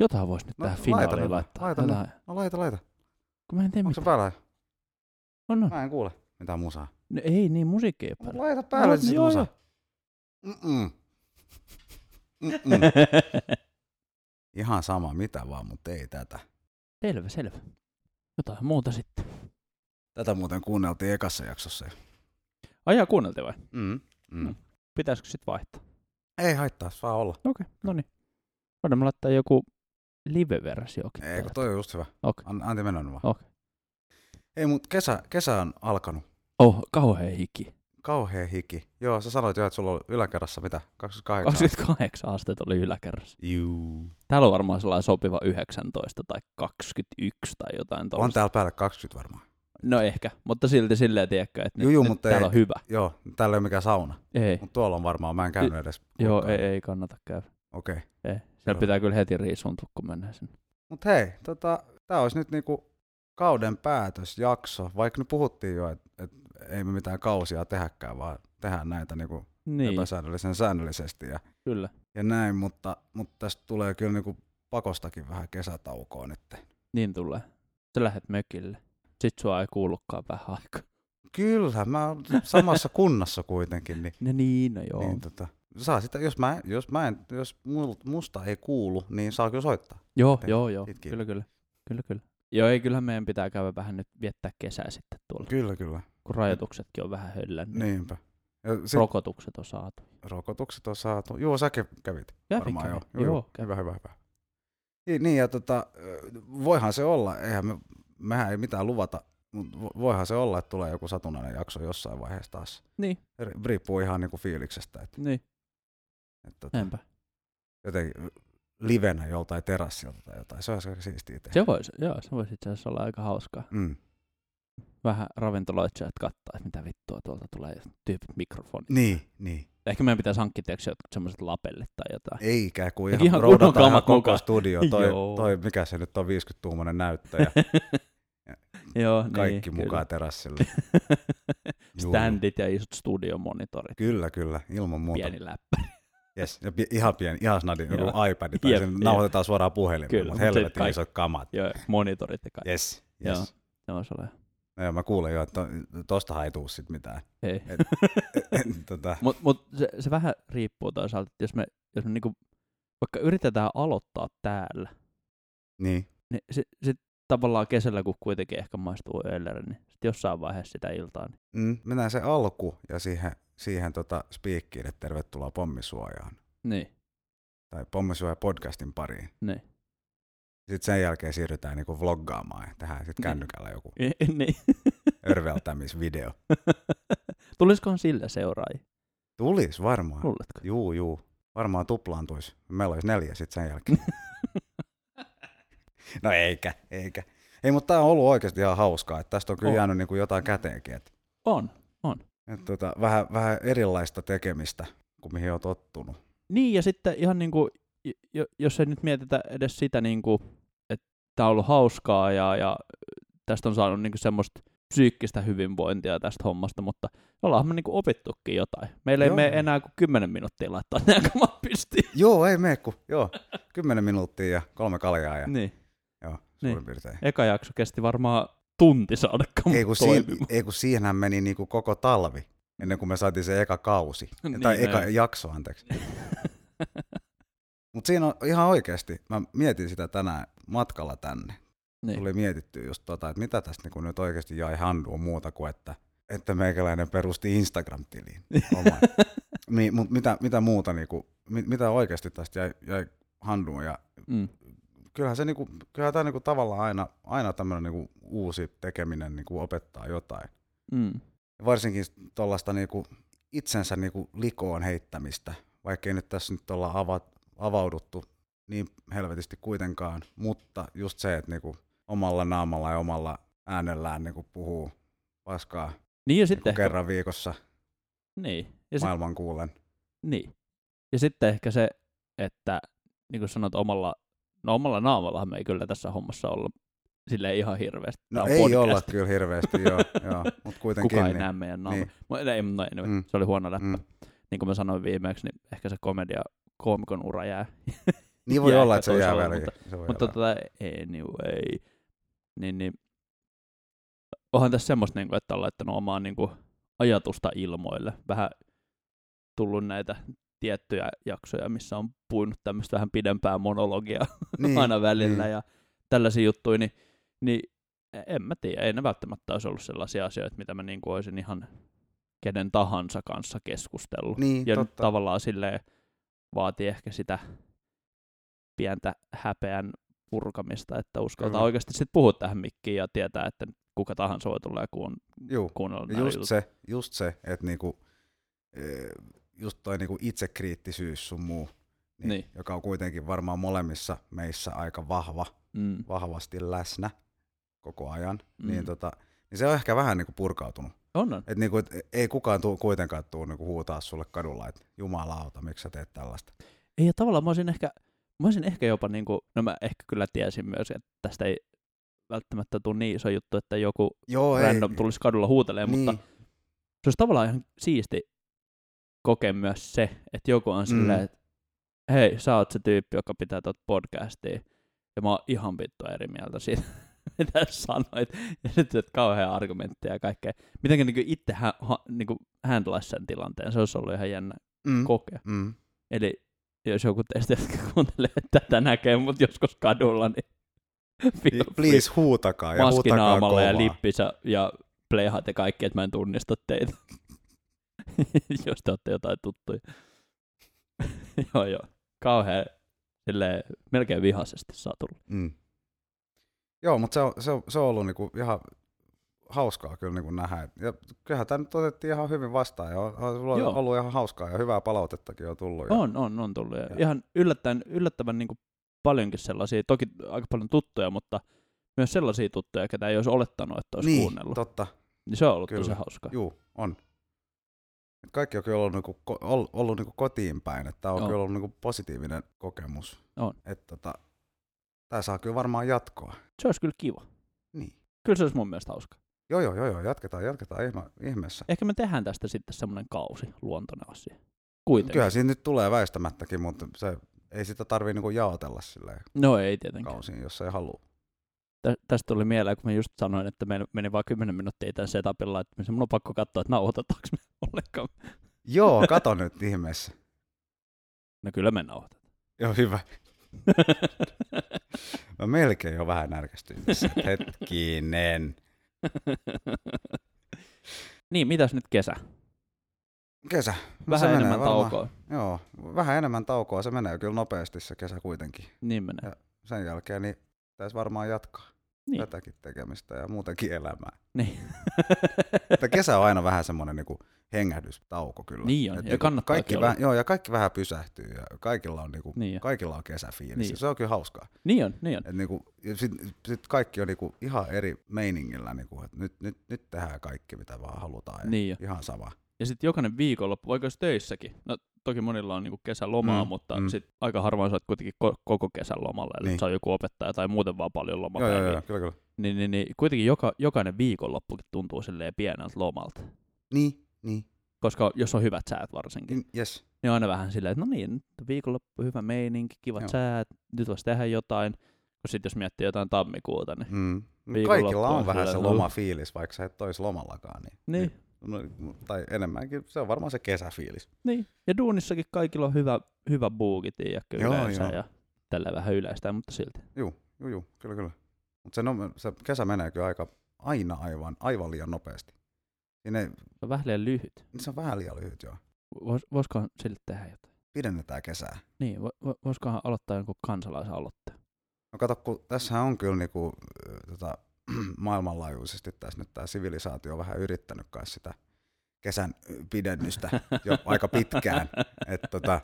Jotain voisi nyt No, tähän laita finaaliin nyt, laittaa. laita nyt. Jotain. No laita, laita. Kun mä en tiedä Onko se mitä. päällä? On, on. Mä en kuule mitään musaa. No, ei niin, musiikki ei Mut päällä. Laita päälle No, no, sitten joo, musaa. Mm-mm. Mm-mm. Ihan sama mitä vaan, mutta ei tätä. selvä, selvä. Jotain muuta sitten. Tätä muuten kuunneltiin ekassa jaksossa. Ajaa kuunneltiin vai? Mm. Mm. Pitäisikö sitten vaihtaa? Ei haittaa, saa olla. Okei, okay, no niin. Voidaan me laittaa joku live-versiokin. Ei, kun täältä. toi on just hyvä. Okei. An- Anti mennä nyt vaan. Okei. Ei, mutta kesä, kesä on alkanut. Oh, kauhea hiki. Kauhea hiki. Joo, sä sanoit jo, että sulla oli yläkerrassa mitä? 28? 28 astetta oli yläkerrassa. Juu. Täällä on varmaan sellainen sopiva 19 tai 21 tai jotain On tuollaista. täällä päällä 20 varmaan. No ehkä, mutta silti silleen tiedätkö, että nyt, Juu, juu, nyt mutta täällä ei- on hyvä. Joo, täällä ei ole mikään sauna. Ei, Mutta tuolla on varmaan, mä en käynyt edes. joo, ei, kuinkaan. ei kannata käydä. Okei. Okay. Ei. Joo. Siellä pitää kyllä heti riisuntua, kun mennään sinne. Mutta hei, tota, tämä olisi nyt niinku kauden päätösjakso, vaikka nyt puhuttiin jo, että et ei me mitään kausia tehäkään, vaan tehdään näitä niinku Niin, niin. epäsäännöllisen säännöllisesti ja, kyllä. ja näin, mutta, mutta tästä tulee kyllä niinku pakostakin vähän kesätaukoa nyt. Niin tulee. Sä lähet mökille. Sit sua ei kuulukaan vähän aikaa. Kyllä, mä oon samassa kunnassa kuitenkin, niin, No niin, no joo. niin tota, saa sitä, jos, mä, jos, mä en, jos mul- musta ei kuulu, niin saa kyllä soittaa. Joo, Tehdä. joo, joo. Siitä kiinni. Kyllä, kyllä. Kyllä, kyllä. Joo, ei, kyllähän meidän pitää käydä vähän nyt viettää kesää sitten tuolla, Kyllä, kyllä. kun rajoituksetkin on vähän höllännyt. Niin. Niinpä. Ja sit Rokotukset on saatu. rokotukset on saatu. Joo, säkin kävit. Kävi, Varmaan kävi. joo. Joo, joo. kävi. Hyvä, hyvä, hyvä. Niin, niin ja tota, ö, voihan se olla, eihän me, mehän ei mitään luvata, mutta voihan se olla, että tulee joku satunnainen jakso jossain vaiheessa taas. Niin. Ri- Riippuu ihan niinku fiiliksestä, että, Niin, että tota, näinpä. Mm. jotenkin livenä joltain terassilta tai jotain, se olisi aika siistiä tehdä. Se voisi, joo, se voisi itse asiassa olla aika hauskaa. Mm. Vähän ravintoloitsijat kattaa, että mitä vittua tuolta tulee ja tyypit mikrofoni. Niin, niin. Ehkä meidän pitäisi hankkia tiedätkö, jotkut semmoiset lapellit tai jotain. Eikä, kun Ihan ihan, ihan kunnon roudataan ihan kamat koko mukaan. studio, toi, Joo. toi, mikä se nyt on, 50-tuumainen näyttö ja joo, kaikki niin, niin, mukaan terassille. Juu. Standit ja isot studiomonitorit. Kyllä, kyllä, ilman muuta. Pieni läppä. Yes. Ja pi- ihan pieni, ihan snadin, joku Joo. iPad tai Jep, sen jep. nauhoitetaan suoraan puhelimeen, Kyllä, mutta mut se helvetin kaikki- isot kamat. Joo, monitorit ja kaikki. Yes, Joo. yes. Ne on sellainen. No, joo, mä kuulen jo, että to, tostahan ei tuu sit mitään. Ei. Et- tota, Mutta mut se, se vähän riippuu toisaalta, että jos me, jos me niinku, vaikka yritetään aloittaa täällä, niin, niin sit, sit tavallaan kesällä, kun kuitenkin ehkä maistuu öilleri, niin sit jossain vaiheessa sitä iltaa. Niin. mm, mennään se alku ja siihen, siihen tota spiikkiin, että tervetuloa pommisuojaan. niin. Tai pommisuoja podcastin pariin. Niin. Sitten sen jälkeen siirrytään niinku vloggaamaan ja tehdään sitten Niin. kännykällä joku E- niin. örveltämisvideo. Tulisikohan sillä seuraajia? Tulis varmaan. Luuletko? Juu, juu. Varmaan tuplaantuisi. Meillä olisi neljä sitten sen jälkeen. no eikä, eikä. Ei, mutta tämä on ollut oikeasti ihan hauskaa. Että tästä on kyllä On. jäänyt niin kuin jotain käteenkin. Että, On. että tota, vähän, vähän erilaista tekemistä kuin mihin olet tottunut. Niin, ja sitten ihan niin kuin, jos ei nyt mietitä edes sitä, niin kuin, että tämä on ollut hauskaa ja, ja tästä on saanut niin kuin semmoista psyykkistä hyvinvointia tästä hommasta, mutta ollaan me niin kuin opittukin jotain. Meillä ei Joo. mene enää kuin 10 minuuttia laittaa nämä kamat pistiin. Joo, ei mene kun, joo. Kymmenen minuuttia ja kolme kaljaa ja Niin. joo, niin. suurin piirtein. Eka jakso kesti varmaan tunti saada kamat Ei kun, siin, toimimaan. ei kun siinähän meni niin kuin koko talvi, ennen kuin me saatiin se eka kausi. Niin, tai eka näin. jakso, anteeksi. Mutta siinä on ihan oikeasti, mä mietin sitä tänään matkalla tänne. Niin. Tuli mietittyä just tota, että mitä tästä niinku nyt oikeasti jäi handua muuta kuin että, että meikäläinen perusti Instagram-tiliin. oman. niin, mut mitä, mitä muuta, niinku, mit, mitä oikeasti tästä jäi, jäi handua ja Mm. kyllähän se niinku, kyllähän tää niinku tavallaan aina, aina tämmöinen niinku uusi tekeminen niinku opettaa jotain. Mm. Varsinkin tuollaista niinku itsensä niinku likoon heittämistä, vaikkei nyt tässä nyt olla ava, avauduttu niin helvetisti kuitenkaan, mutta just se, että niinku omalla naamalla ja omalla äänellään niinku puhuu paskaa Niin ja niinku sitten ehkä, kerran viikossa niin. Ja sit, maailman kuulen. Niin. Ja sitten ehkä se, että niin kuin sanot, omalla, no omalla naamallahan me ei kyllä tässä hommassa olla sille ihan hirveästi. Tää No on ei podcast. olla kyllä hirveästi, joo, joo mutta kuitenkin. Kukaan ei niin. näe meidän naamaa. Niin. Niin. Ei, no, anyway, Mm. mm. se oli huono läppä. Mm. Mm. Niin kuin mä sanoin viimeksi, niin ehkä se komedia koomikon ura jää Niin voi jää olla, ehkä että se jää toisella, väliin. mutta- se voi Mutta jäädä. tota, anyway, niin, niin onhan tässä semmoista, niin kuin, että on laittanut omaa niin kuin, ajatusta ilmoille. Vähän tullut näitä tiettyjä jaksoja, missä on puinut tämmöistä vähän pidempää monologiaa niin, aina välillä niin. ja tällaisia juttuja, niin, niin en mä tiedä, ei ne välttämättä olisi ollut sellaisia asioita, mitä mä niin kuin olisin ihan kenen tahansa kanssa keskustellut. Niin, ja nyt totta. tavallaan silleen vaatii ehkä sitä pientä häpeän purkamista, että uskaltaa Kyllä. oikeasti sitten puhua tähän mikkiin ja tietää, että kuka tahansa voi tulla ja kuun, Juu. kuunnella Ja nämä just jutut. se, just se, että niinku, eh, just toi niinku itsekriittisyys sun muu, Niin. niin, niin. joka on kuitenkin varmaan molemmissa meissä aika vahva, Mm, vahvasti läsnä koko ajan, mm. mm. niin, tota, niin se on ehkä vähän niinku purkautunut. on, on. Et niinku, et ei kukaan tuu, kuitenkaan tuu niinku huutaa sulle kadulla, että jumalauta, miksi sä teet tällaista. Ei, ja tavallaan mä olisin ehkä, mä olisin ehkä jopa niin kuin, no mä ehkä kyllä tiesin myös, että tästä ei välttämättä tule niin iso juttu, että joku Joo, random tulisi kadulla huutelee, niin. niin, mutta se olisi tavallaan ihan siisti kokea myös se, että joku on silleen, Mm. että hei, sä oot se tyyppi, joka pitää tuota podcastia, ja mä oon ihan vittu eri mieltä siitä, mitä sä sanoit, ja nyt et kauhea argumentteja ja kaikkea. Mitenkä niin itse hän, ha, niin handlaisi sen tilanteen, se olisi ollut ihan jännä mm, kokea. mm, Eli jos joku teistä jotka kuuntelee tätä näkee mut joskus kadulla, niin feel free. please huutakaa ja maski huutakaa naamalla kovaa. ja lippissä ja pleihat ja kaikki, että mä en tunnista teitä. Jos te olette jotain tuttuja. joo, joo. Kauhean silleen, melkein vihaisesti saa tulla. Mm. Joo, mutta se on, se on, se on ollut niinku ihan hauskaa kyllä niinku nähdä. Et- Ja kyllähän tämä nyt otettiin ihan hyvin vastaan ja on, on sulla Joo. on ollut ihan hauskaa ja hyvää palautettakin on tullut. Ja, On, on, on tullut. Ja Joo. ihan yllättäen, yllättävän niin paljonkin sellaisia, toki aika paljon tuttuja, mutta myös sellaisia tuttuja, ketä ei olisi olettanut, että olisi niin, kuunnellut. totta. niin se on ollut kyllä. tosi hauskaa. Juu, on. Et kaikki on kyllä ollut, niinku, ko- ol- ollut niinku kotiin päin. Tämä on On. kyllä ollut niinku positiivinen kokemus. On. Et tota, tämä saa kyllä varmaan jatkoa. Se olisi kyllä kiva. Niin. Kyllä se olisi mun mielestä hauska. Joo, joo, joo, joo, jatketaan, jatketaan ihme, ihmeessä. Ehkä me tehdään tästä sitten semmoinen kausi, luontoinen asia. Kuitenkin. Kyllähän siinä nyt tulee väistämättäkin, mutta se, ei sitä tarvii niinku jaotella silleen No ei tietenkään. kausiin, jos ei halua. Tä, tästä tuli mieleen, kun mä just sanoin, että meillä meni vaan 10 minuuttia tämän setupilla, että se mun on pakko katsoa, että nauhoitetaanko me ollenkaan. Joo, kato nyt ihmeessä. No kyllä me nauhoitetaan. Joo, hyvä. Mä melkein jo vähän närkästyin tässä. Hetkinen. niin, mitäs nyt kesä? Kesä. Vähän No menee enemmän varmaan- taukoa. Joo, vähän enemmän taukoa. Se menee kyllä nopeasti se kesä kuitenkin. Niin menee. Ja- Sen jälkeen niin pitäisi varmaan jatkaa Niin. niin. tätäkin tekemistä ja muutenkin elämää. Niin. Mutta kesä on aina vähän semmoinen niin hengähdystauko kyllä. Niin on, ja niinku kannattaakin kaikki olla. vähän, joo, ja kaikki vähän pysähtyy ja kaikilla on, niin kuin, niin, on. kaikilla on kesäfiilis. Niin. Niin. Se on kyllä hauskaa. niin on, niin on. Et niinku, ja sit, sit kaikki on niinku ihan eri meiningillä, niinku, että nyt, nyt, nyt tehdään kaikki mitä vaan halutaan. Ja Niin on. Ihan sama. Ja sitten jokainen viikonloppu, vaikka olisi töissäkin. No toki monilla on niinku kesälomaa, mm, Mm, mutta mm. mm. sit aika harvoin sä oot kuitenkin ko- koko kesän lomalla. Eli Niin. sä oot joku opettaja tai muuten vaan paljon joo, joo, lomapäiviä. joo, kyllä, kyllä. Niin, niin, niin, kuitenkin joka, jokainen viikonloppukin tuntuu silleen pieneltä lomalta. Niin, niin, Koska jos on hyvät säät varsinkin, niin, yes. niin on aina vähän silleen, että no niin, nyt on viikonloppu, hyvä meininki, kivat Joo. Joo. säät, nyt voisi tehdä jotain. Kun sitten jos miettii jotain tammikuuta, niin, Mm. No Viikonloppu Kaikilla on on vähän se sellainen. lomafiilis, vaikka sä et ois lomallakaan. Niin. niin, No, tai enemmänkin, se on varmaan se kesäfiilis. niin. Ja duunissakin kaikilla on hyvä, hyvä buuki, tiedätkö, Joo, yleensä joo. ja tällä vähän yleistä, mutta silti. Juu, juu, juu kyllä, kyllä. Mutta se, no, se kesä menee kyllä aika, aina aivan, aivan liian nopeasti. Siinä ei, Se on vähän liian lyhyt. se on vähän liian lyhyt joo. Vois, voisikohan sille tehdä jotain? Pidennetään kesää. Niin, vo, vo- voisikohan aloittaa jonkun kansalaisaloitteen? No kato, kun tässähän on kyllä niinku, ö, tota, maailmanlaajuisesti tässä nyt tämä sivilisaatio on vähän yrittänyt kai sitä kesän ö, pidennystä jo aika pitkään. Et tota,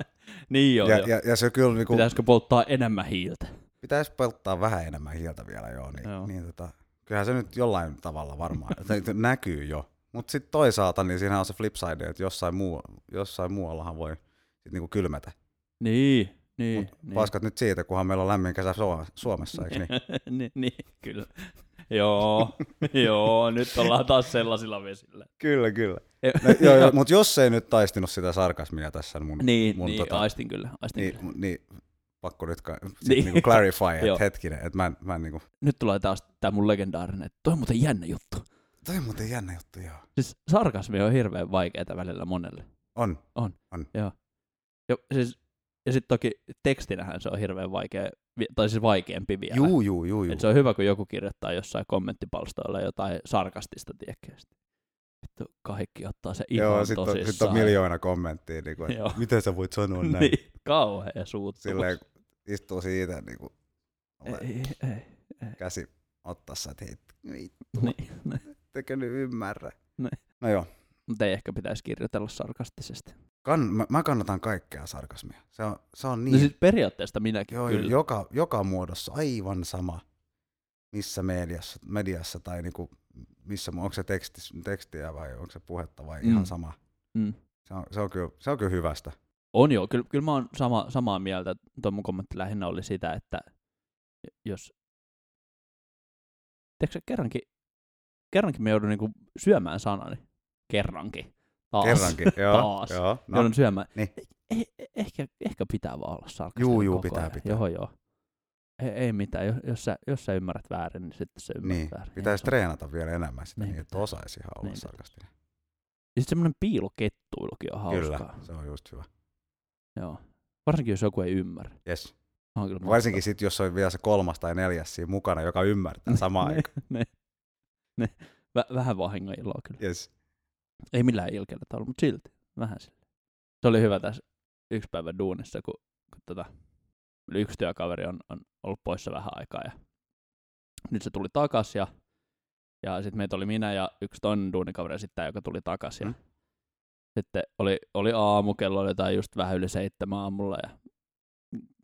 niin joo, ja, joo. ja, ja, se kyllä niinku, pitäisi Pitäisikö polttaa enemmän hiiltä? pitäis polttaa vähän enemmän hieltä vielä joo, niin, Joo. joo. niin tota, kyllähän se nyt jollain tavalla varmaan tai näkyy jo. Mutta sitten toisaalta niin siinä on se flipside, että jossain, muu, jossain muuallahan voi sit niinku kylmätä. Niin, niin. Mut niin. Paskat nyt siitä, kunhan meillä on lämmin kesä Suo- Suomessa, eikö niin? niin, niin, kyllä. Joo, joo, nyt ollaan taas sellaisilla vesillä. Kyllä, kyllä. Ei- No, joo, joo, mutta jos ei nyt taistinut sitä sarkasmia tässä mun, niin, mun niin tota- aistin kyllä, aistin niin, kyllä. mun- niin pakko nyt ka- sit Niin. niinku clarify, että Joo. hetkinen, että mä en, mä en niinku, Nyt tulee taas tämä mun legendaarinen, että toi on muuten jännä juttu. toi on muuten jännä juttu, joo. Siis sarkasmi on hirveän vaikeaa välillä monelle. On, Ja, siis, ja sitten toki tekstinähän se on hirveän vaikea, vi- tai siis vaikeampi vielä. juu, juu, juu, juu. Et se on hyvä, kun joku kirjoittaa jossain kommenttipalstoilla jotain sarkastista, tiedätkö? Sit Vittu, kaikki ottaa se ihan Joo, sitten on, tosissaan. sit on miljoona kommenttia, niinku, että Joo. miten sä voit sanoa näin. niin, kauhea suuttumus. Silleen kun istuu siitä, niinku, Ei, ei, ei. käsi ottassa, että hei, Niin, niin. ettekö nyt ymmärrä. Niin. No joo, Mutta ei ehkä pitäisi kirjoitella sarkastisesti. No kann, mä, mä, kannatan kaikkea sarkasmia. Se on, se on niin No siis periaatteesta minäkin Joo, kyllä. joka, joka muodossa aivan sama, missä mediassa, mediassa tai niinku, missä, onko se tekstis, tekstiä vai onko se puhetta vai mm. Mm. ihan sama. Mm. Se on, se on, kyllä, se on kyllä hyvästä. On joo, kyllä, kyllä mä oon sama, samaa mieltä. Tuo mun kommentti lähinnä oli sitä, että jos... Tiedätkö sä, kerrankin, kerrankin mä joudun niinku syömään sanani. Kerrankin. Taas. Kerrankin. Joo, Taas. Joo, No. no, Joudun syömään. Niin. Eh, eh, ehkä, ehkä pitää vaan olla sarkastinen Juu, juu, koko pitää, ajan. pitää. Joo, joo. Ei, ei mitään. Jos, jos, sä, jos sä ymmärrät väärin, niin sitten sä ymmärrät niin, väärin. pitäisi Ei se ole- treenata vielä enemmän sitä, Niin niin, että pitää. osaisi ihan olla Niin pitää. sarkastinen. Ja sitten semmoinen piilokettuilukin on hauskaa. Kyllä, se on just hyvä. Joo. Varsinkin, jos joku ei ymmärrä. Yes. On kyllä Varsinkin sitten, jos on vielä se kolmas tai neljäs siinä mukana, joka ymmärtää samaan Ne- aikaan. ne- ne. Vä- vähän vahingon iloa kyllä. Yes. Ei millään ilkeällä tavalla, mutta silti. Vähän sille. Se oli hyvä tässä yksi päivä duunissa, kun, kun tota, yksi työkaveri on, on ollut poissa vähän aikaa. Ja nyt se tuli takas ja, ja sitten meitä oli minä ja yksi toinen duunikaveri ja sitten tämä, joka tuli takas. Ja Mm. Sitten oli, oli aamu, kello oli jotain just vähän yli seitsemän aamulla ja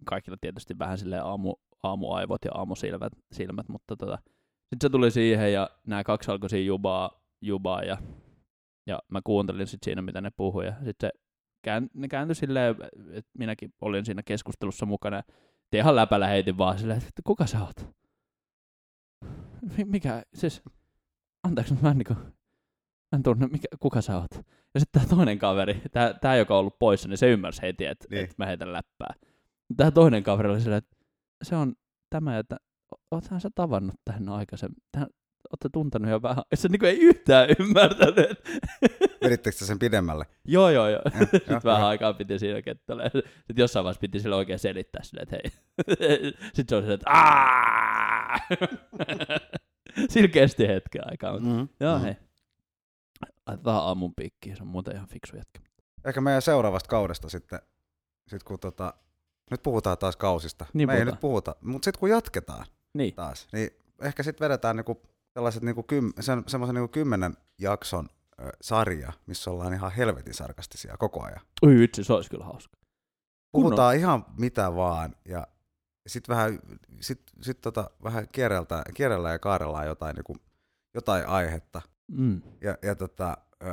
kaikilla tietysti vähän silleen aamu, aamuaivot ja aamusilmät, silmät, mutta tota, sitten se tuli siihen ja nämä kaksi alkoi siinä jubaa, jubaa ja, ja mä kuuntelin sitten siinä, mitä ne puhui ja sitten se kään, ne kääntyi silleen, että minäkin olin siinä keskustelussa mukana. Ja ihan läpällä heitin vaan silleen, että kuka sä oot? Mi- Mikä, siis, anteeksi, mutta mä en, niinku, mä en tunne, mikä, kuka sä oot? Ja sitten tämä toinen kaveri, tämä, joka on ollut poissa, niin se ymmärsi heti, että Niin. et mä heitän läppää. Tämä toinen kaveri oli silleen, että se on tämä, että oothan sä tavannut tähän aikaisemmin. Tähän, ootte tuntenut jo vähän. Ja se niinku ei yhtään ymmärtänyt. Yrittikö sä sen pidemmälle? joo, joo, joo. Joo, joo, Sitten vähän joo. aikaa piti siinä kettelee. Sitten jossain vaiheessa piti sille oikein selittää sille, että hei. Sitten se on sille, että aah! Sillä kesti hetken aikaa. Mutta, Mm. joo, Mm. hei. Laitetaan aamun piikkiin, se on muuten ihan fiksu jätkä. ehkä meidän seuraavasta kaudesta sitten, sit kun tota, nyt puhutaan taas kausista. Niin Me ei puhutaan. nyt puhuta, mutta sitten kun jatketaan Niin, taas, niin ehkä sitten vedetään niinku sellaiset niinku kym, sen, semmoisen niinku kymmenen jakson ö, sarja, missä ollaan ihan helvetin sarkastisia koko ajan. oi vitsi, se olisi kyllä hauska. Puhutaan ihan mitä vaan ja sitten vähän, sit, sit tota, vähän kierrellään, kierrellään ja kaarellaan jotain, niinku, jotain aihetta. Mm. Ja, ja tota, ö,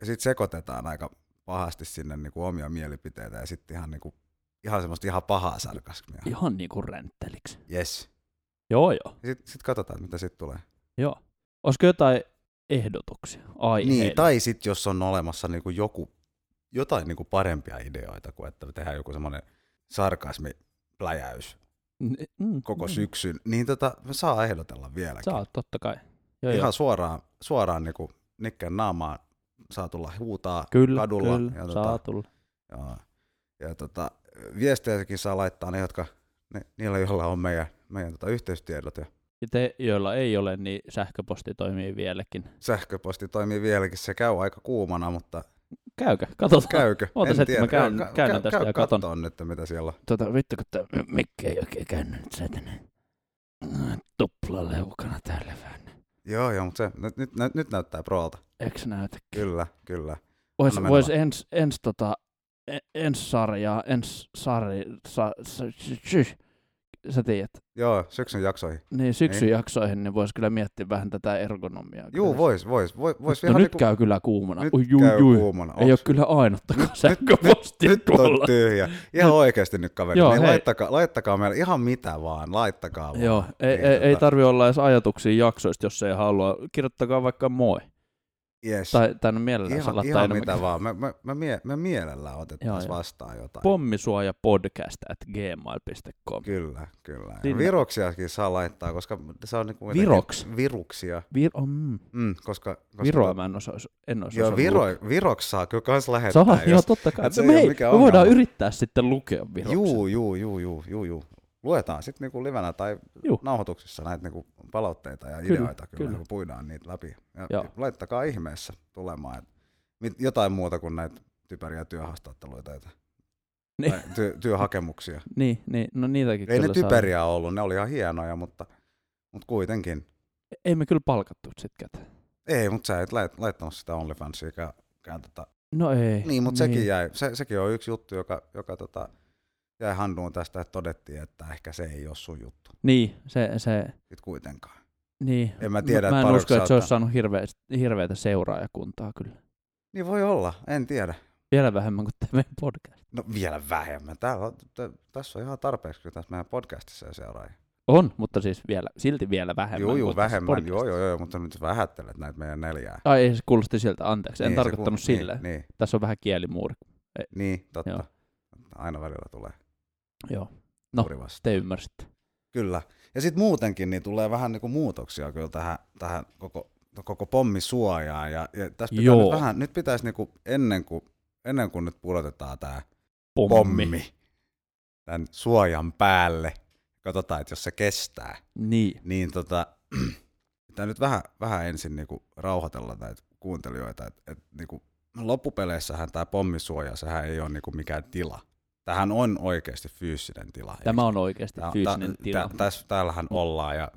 ja sit sekoitetaan aika pahasti sinne niinku omia mielipiteitä ja sitten ihan, niinku, ihan semmoista ihan pahaa sarkasmia. Ihan niinku räntteliksi. Yes. Joo, joo. Ja sit, sit katsotaan, mitä sit tulee. Joo. Olisiko jotain ehdotuksia? Ai, Niin, tai sit jos on olemassa niinku joku, jotain niinku parempia ideoita kuin että tehdään joku semmoinen sarkasmipläjäys mm, koko mm. syksyn, niin tota, me saa ehdotella vieläkin. Saa, totta kai. Joo, ihan joo. suoraan, suoraan niinku nikkeen naamaan saa tulla huutaa Kyllä, kadulla. kyllä, ja tota, saa tulla. Joo. Ja tota, viestejäkin saa laittaa ne, jotka, ne, niillä joilla on meidän, meidän tota, yhteystiedot ja Ja te, joilla ei ole, niin sähköposti toimii vieläkin. sähköposti toimii vieläkin. Se käy aika kuumana, mutta Käykö? Katsotaan. käykö? Ah, Oota En hetki, mä tiedä. käyn- Käy- käännän käy- tästä käy ja katon. kattoon nyt, mitä siellä on. Tota, vittu, kun tämä mikki ei oikein käynyt nyt sätänä. Tupla leukana täällä vähän. Joo, joo, mutta se, nyt, nyt, nyt, nyt näyttää proolta. Eikö se näytä? Kyllä, kyllä. Vois, Anna mennä vois vaan. ens, ens tota, e- ens sarjaa, ens sari, sa, sa, sy- sy- sä tiedät, Joo, syksyn jaksoihin. niin syksyn jaksoihin niin voisi kyllä miettiä vähän tätä ergonomiaa. Juu, vois, vois. vois, vois no nyt ihan niinku, niinku- käy kyllä kuumana. nyt Oi, juu, käy juu. kuumana. Ei ole Onks- kyllä ainuttakaan sähköpostia nyt on tuolla. tyhjä. Ihan oikeasti nyt kaveri. Joo, niin hei. laittakaa, laittakaa meille ihan mitä vaan. Laittakaa vaan. Joo, ei, Niin, ei, ei tota- tarvi olla edes ajatuksia jaksoista, jos ei halua. Kirjoittakaa vaikka moi. Yes. Tai, tai no mielellään ihan, salattaa ihan enemmän. mitä vaan. Me, me, me, mie, me mielellään Joo, otettaisiin joo. vastaan jotain. Pommisuoja podcast at gmail.com. Kyllä, kyllä. Ja Sinne. viruksiakin saa laittaa, koska se on niinku jotenkin- Viroks? Viruksia. Vir- oh, mm. Mm, koska, koska Viroa mä en osaa, en osaa Joo, viro, viroksi saa kyllä kans lähettää. Se on, joo, jos- totta kai. et se Me, ei oo hei, mikään me voidaan ongelma. yrittää sitten lukea viroksen. juu, juu, juu, juu, juu, juu. Luetaan sitten niinku livenä tai Juu. juu. nauhoituksissa näitä niinku palautteita ja Kyllä, ideoita, kyllä, kyllä. kyllä. Niinku puidaan niitä läpi. Ja Joo. laittakaa ihmeessä tulemaan et mit- jotain muuta kuin näitä typeriä työhaastatteluita joita- Niin. tai työ, työhakemuksia. Niin, niin, no niitäkin Ei kyllä ne typeriä ollut, ne oli ihan hienoja, mutta, mutta kuitenkin. Saa. Ei me kyllä palkattu sit ketään. Ei, mutta sä et lait- laittanut sitä OnlyFansiakään kään tota. No ei. Niin, mutta sekin jäi. Se, sekin on yksi juttu, joka, joka tota, jäi handuun tästä, että todettiin, että ehkä se ei ole sun juttu. Niin, se, se, Sit kuitenkaan. niin. En mä tiedä, mä että en paljonko usko, sä että se olisi oot- saanut hirveä, hirveätä seuraajakuntaa kyllä. Niin voi olla, en tiedä. Vielä vähemmän kuin tämä meidän podcast. No vielä vähemmän. Täällä on, t- tässä on ihan tarpeeksi kyllä tässä meidän podcastissa jo seuraajia. On, mutta siis vielä, silti vielä vähemmän. Joo, joo, kuin tässä vähemmän. podcastissa. Joo, joo, joo, mutta nyt sä vähättelet näitä meidän neljää. Ai ei, se kuulosti siltä, anteeksi, en Niin, se tarkoittanut kuul- silleen. Niin, niin, Tässä on vähän kielimuuri. niin totta. Joo. Aina välillä tulee. Joo, No. No. Kurivasta. te ymmärsitte. Kyllä. Ja sitten muutenkin niin tulee vähän niin kuin muutoksia kyllä tähän, tähän koko, koko pommisuojaan. Ja, ja tässä pitää Joo. nyt, vähän, nyt pitäisi niin kuin ennen, kuin, ennen kuin nyt pudotetaan tämä Pommi. pommi. pommi tämän suojan päälle, katsotaan, että jos se kestää, Niin, niin tota, pitää nyt vähän, vähän ensin niin kuin rauhoitella näitä kuuntelijoita. Et, et niin kuin, loppupeleissähän tämä pommisuoja, sehän ei ole niin kuin mikään tila. Tämähän on oikeasti fyysinen tila. tämä on oikeasti Tää- fyysinen tää- tila. Tää, täs, täällähän ollaan ja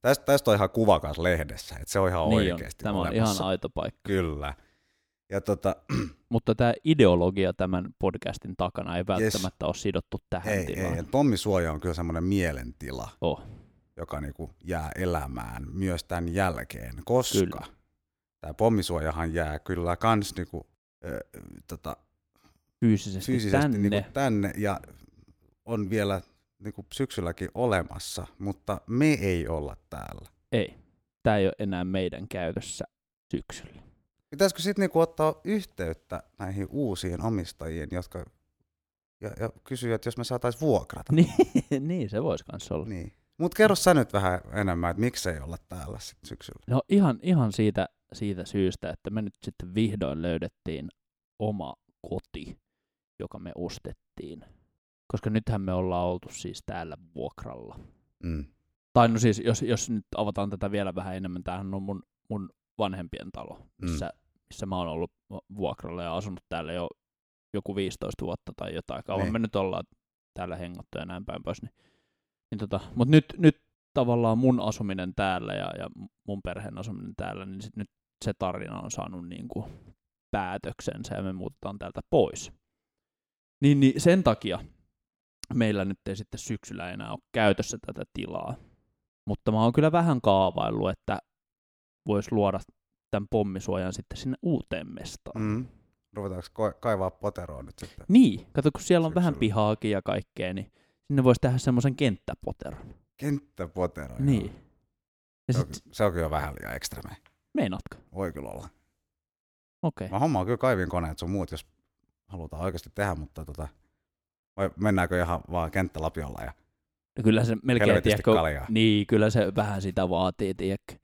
tästä, tästä on ihan kuva kanssa lehdessä, että se on ihan niin on, oikeasti tämä on ihan olemassa. aito paikka. Kyllä. Ja tota, Mutta tämä ideologia tämän podcastin takana ei välttämättä ole sidottu tähän ei, ei, tilaan. et pommisuoja on kyllä semmoinen mielentila, Oh. joka niinku jää elämään myös tämän jälkeen, koska tämä pommisuojahan jää kyllä kans niinku, ö, tota, Fyysisesti, fyysisesti tänne. tänne. Niinku tänne ja on vielä niinku syksylläkin olemassa, mutta me ei olla täällä. Ei, tämä ei ole enää meidän käytössä syksyllä. Pitäisikö sitten niinku ottaa yhteyttä näihin uusiin omistajiin, jotka ja, ja kysyä, että jos me saataisiin vuokrata. Niin, niin se voisi kanssa olla. Niin. Mutta kerro sä nyt vähän enemmän, että miksei olla täällä sit syksyllä. No ihan, ihan siitä, siitä syystä, että me nyt sitten vihdoin löydettiin oma koti, joka me ostettiin. Koska nythän me ollaan oltu siis täällä vuokralla. Mm. Tai no siis, jos, jos nyt avataan tätä vielä vähän enemmän, tämähän on mun, mun vanhempien talo, Mm. missä, missä mä oon ollut vuokralla ja asunut täällä jo joku 15 vuotta tai jotain. Kauan Niin. me nyt ollaan täällä hengottu ja näin päin pois. Niin, niin tota, Mutta nyt, nyt tavallaan mun asuminen täällä ja, ja mun perheen asuminen täällä, niin sit nyt se tarina on saanut niin kuin päätöksensä ja me muutetaan täältä pois. Niin, niin sen takia meillä nyt ei sitten syksyllä enää ole käytössä tätä tilaa. Mutta mä oon kyllä vähän kaavaillut, että voisi luoda tämän pommisuojan sitten sinne uuteen mestaan. Mm. Mm. Ruvetaanko ko- kaivaa poteroa nyt sitten? Niin, kato kun siellä on vähän Syksyllä. pihaakin ja kaikkea, niin sinne voisi tehdä semmoisen kenttäpoteron. Kenttäpotero. joo. Niin. Ja Se on, ky- sitten, se on kyllä vähän liian ekstreme. meinaatko? Voi kyllä olla. Okei. Mä hommaan kyllä kaivinkoneet sun muut, jos halutaan oikeasti tehdä, mutta tota, vai mennäänkö ihan vaan kenttälapiolla ja No Kyllä se melkein, helvetisti tiedätkö, kaljaa? niin kyllä se vähän sitä vaatii, tiedätkö.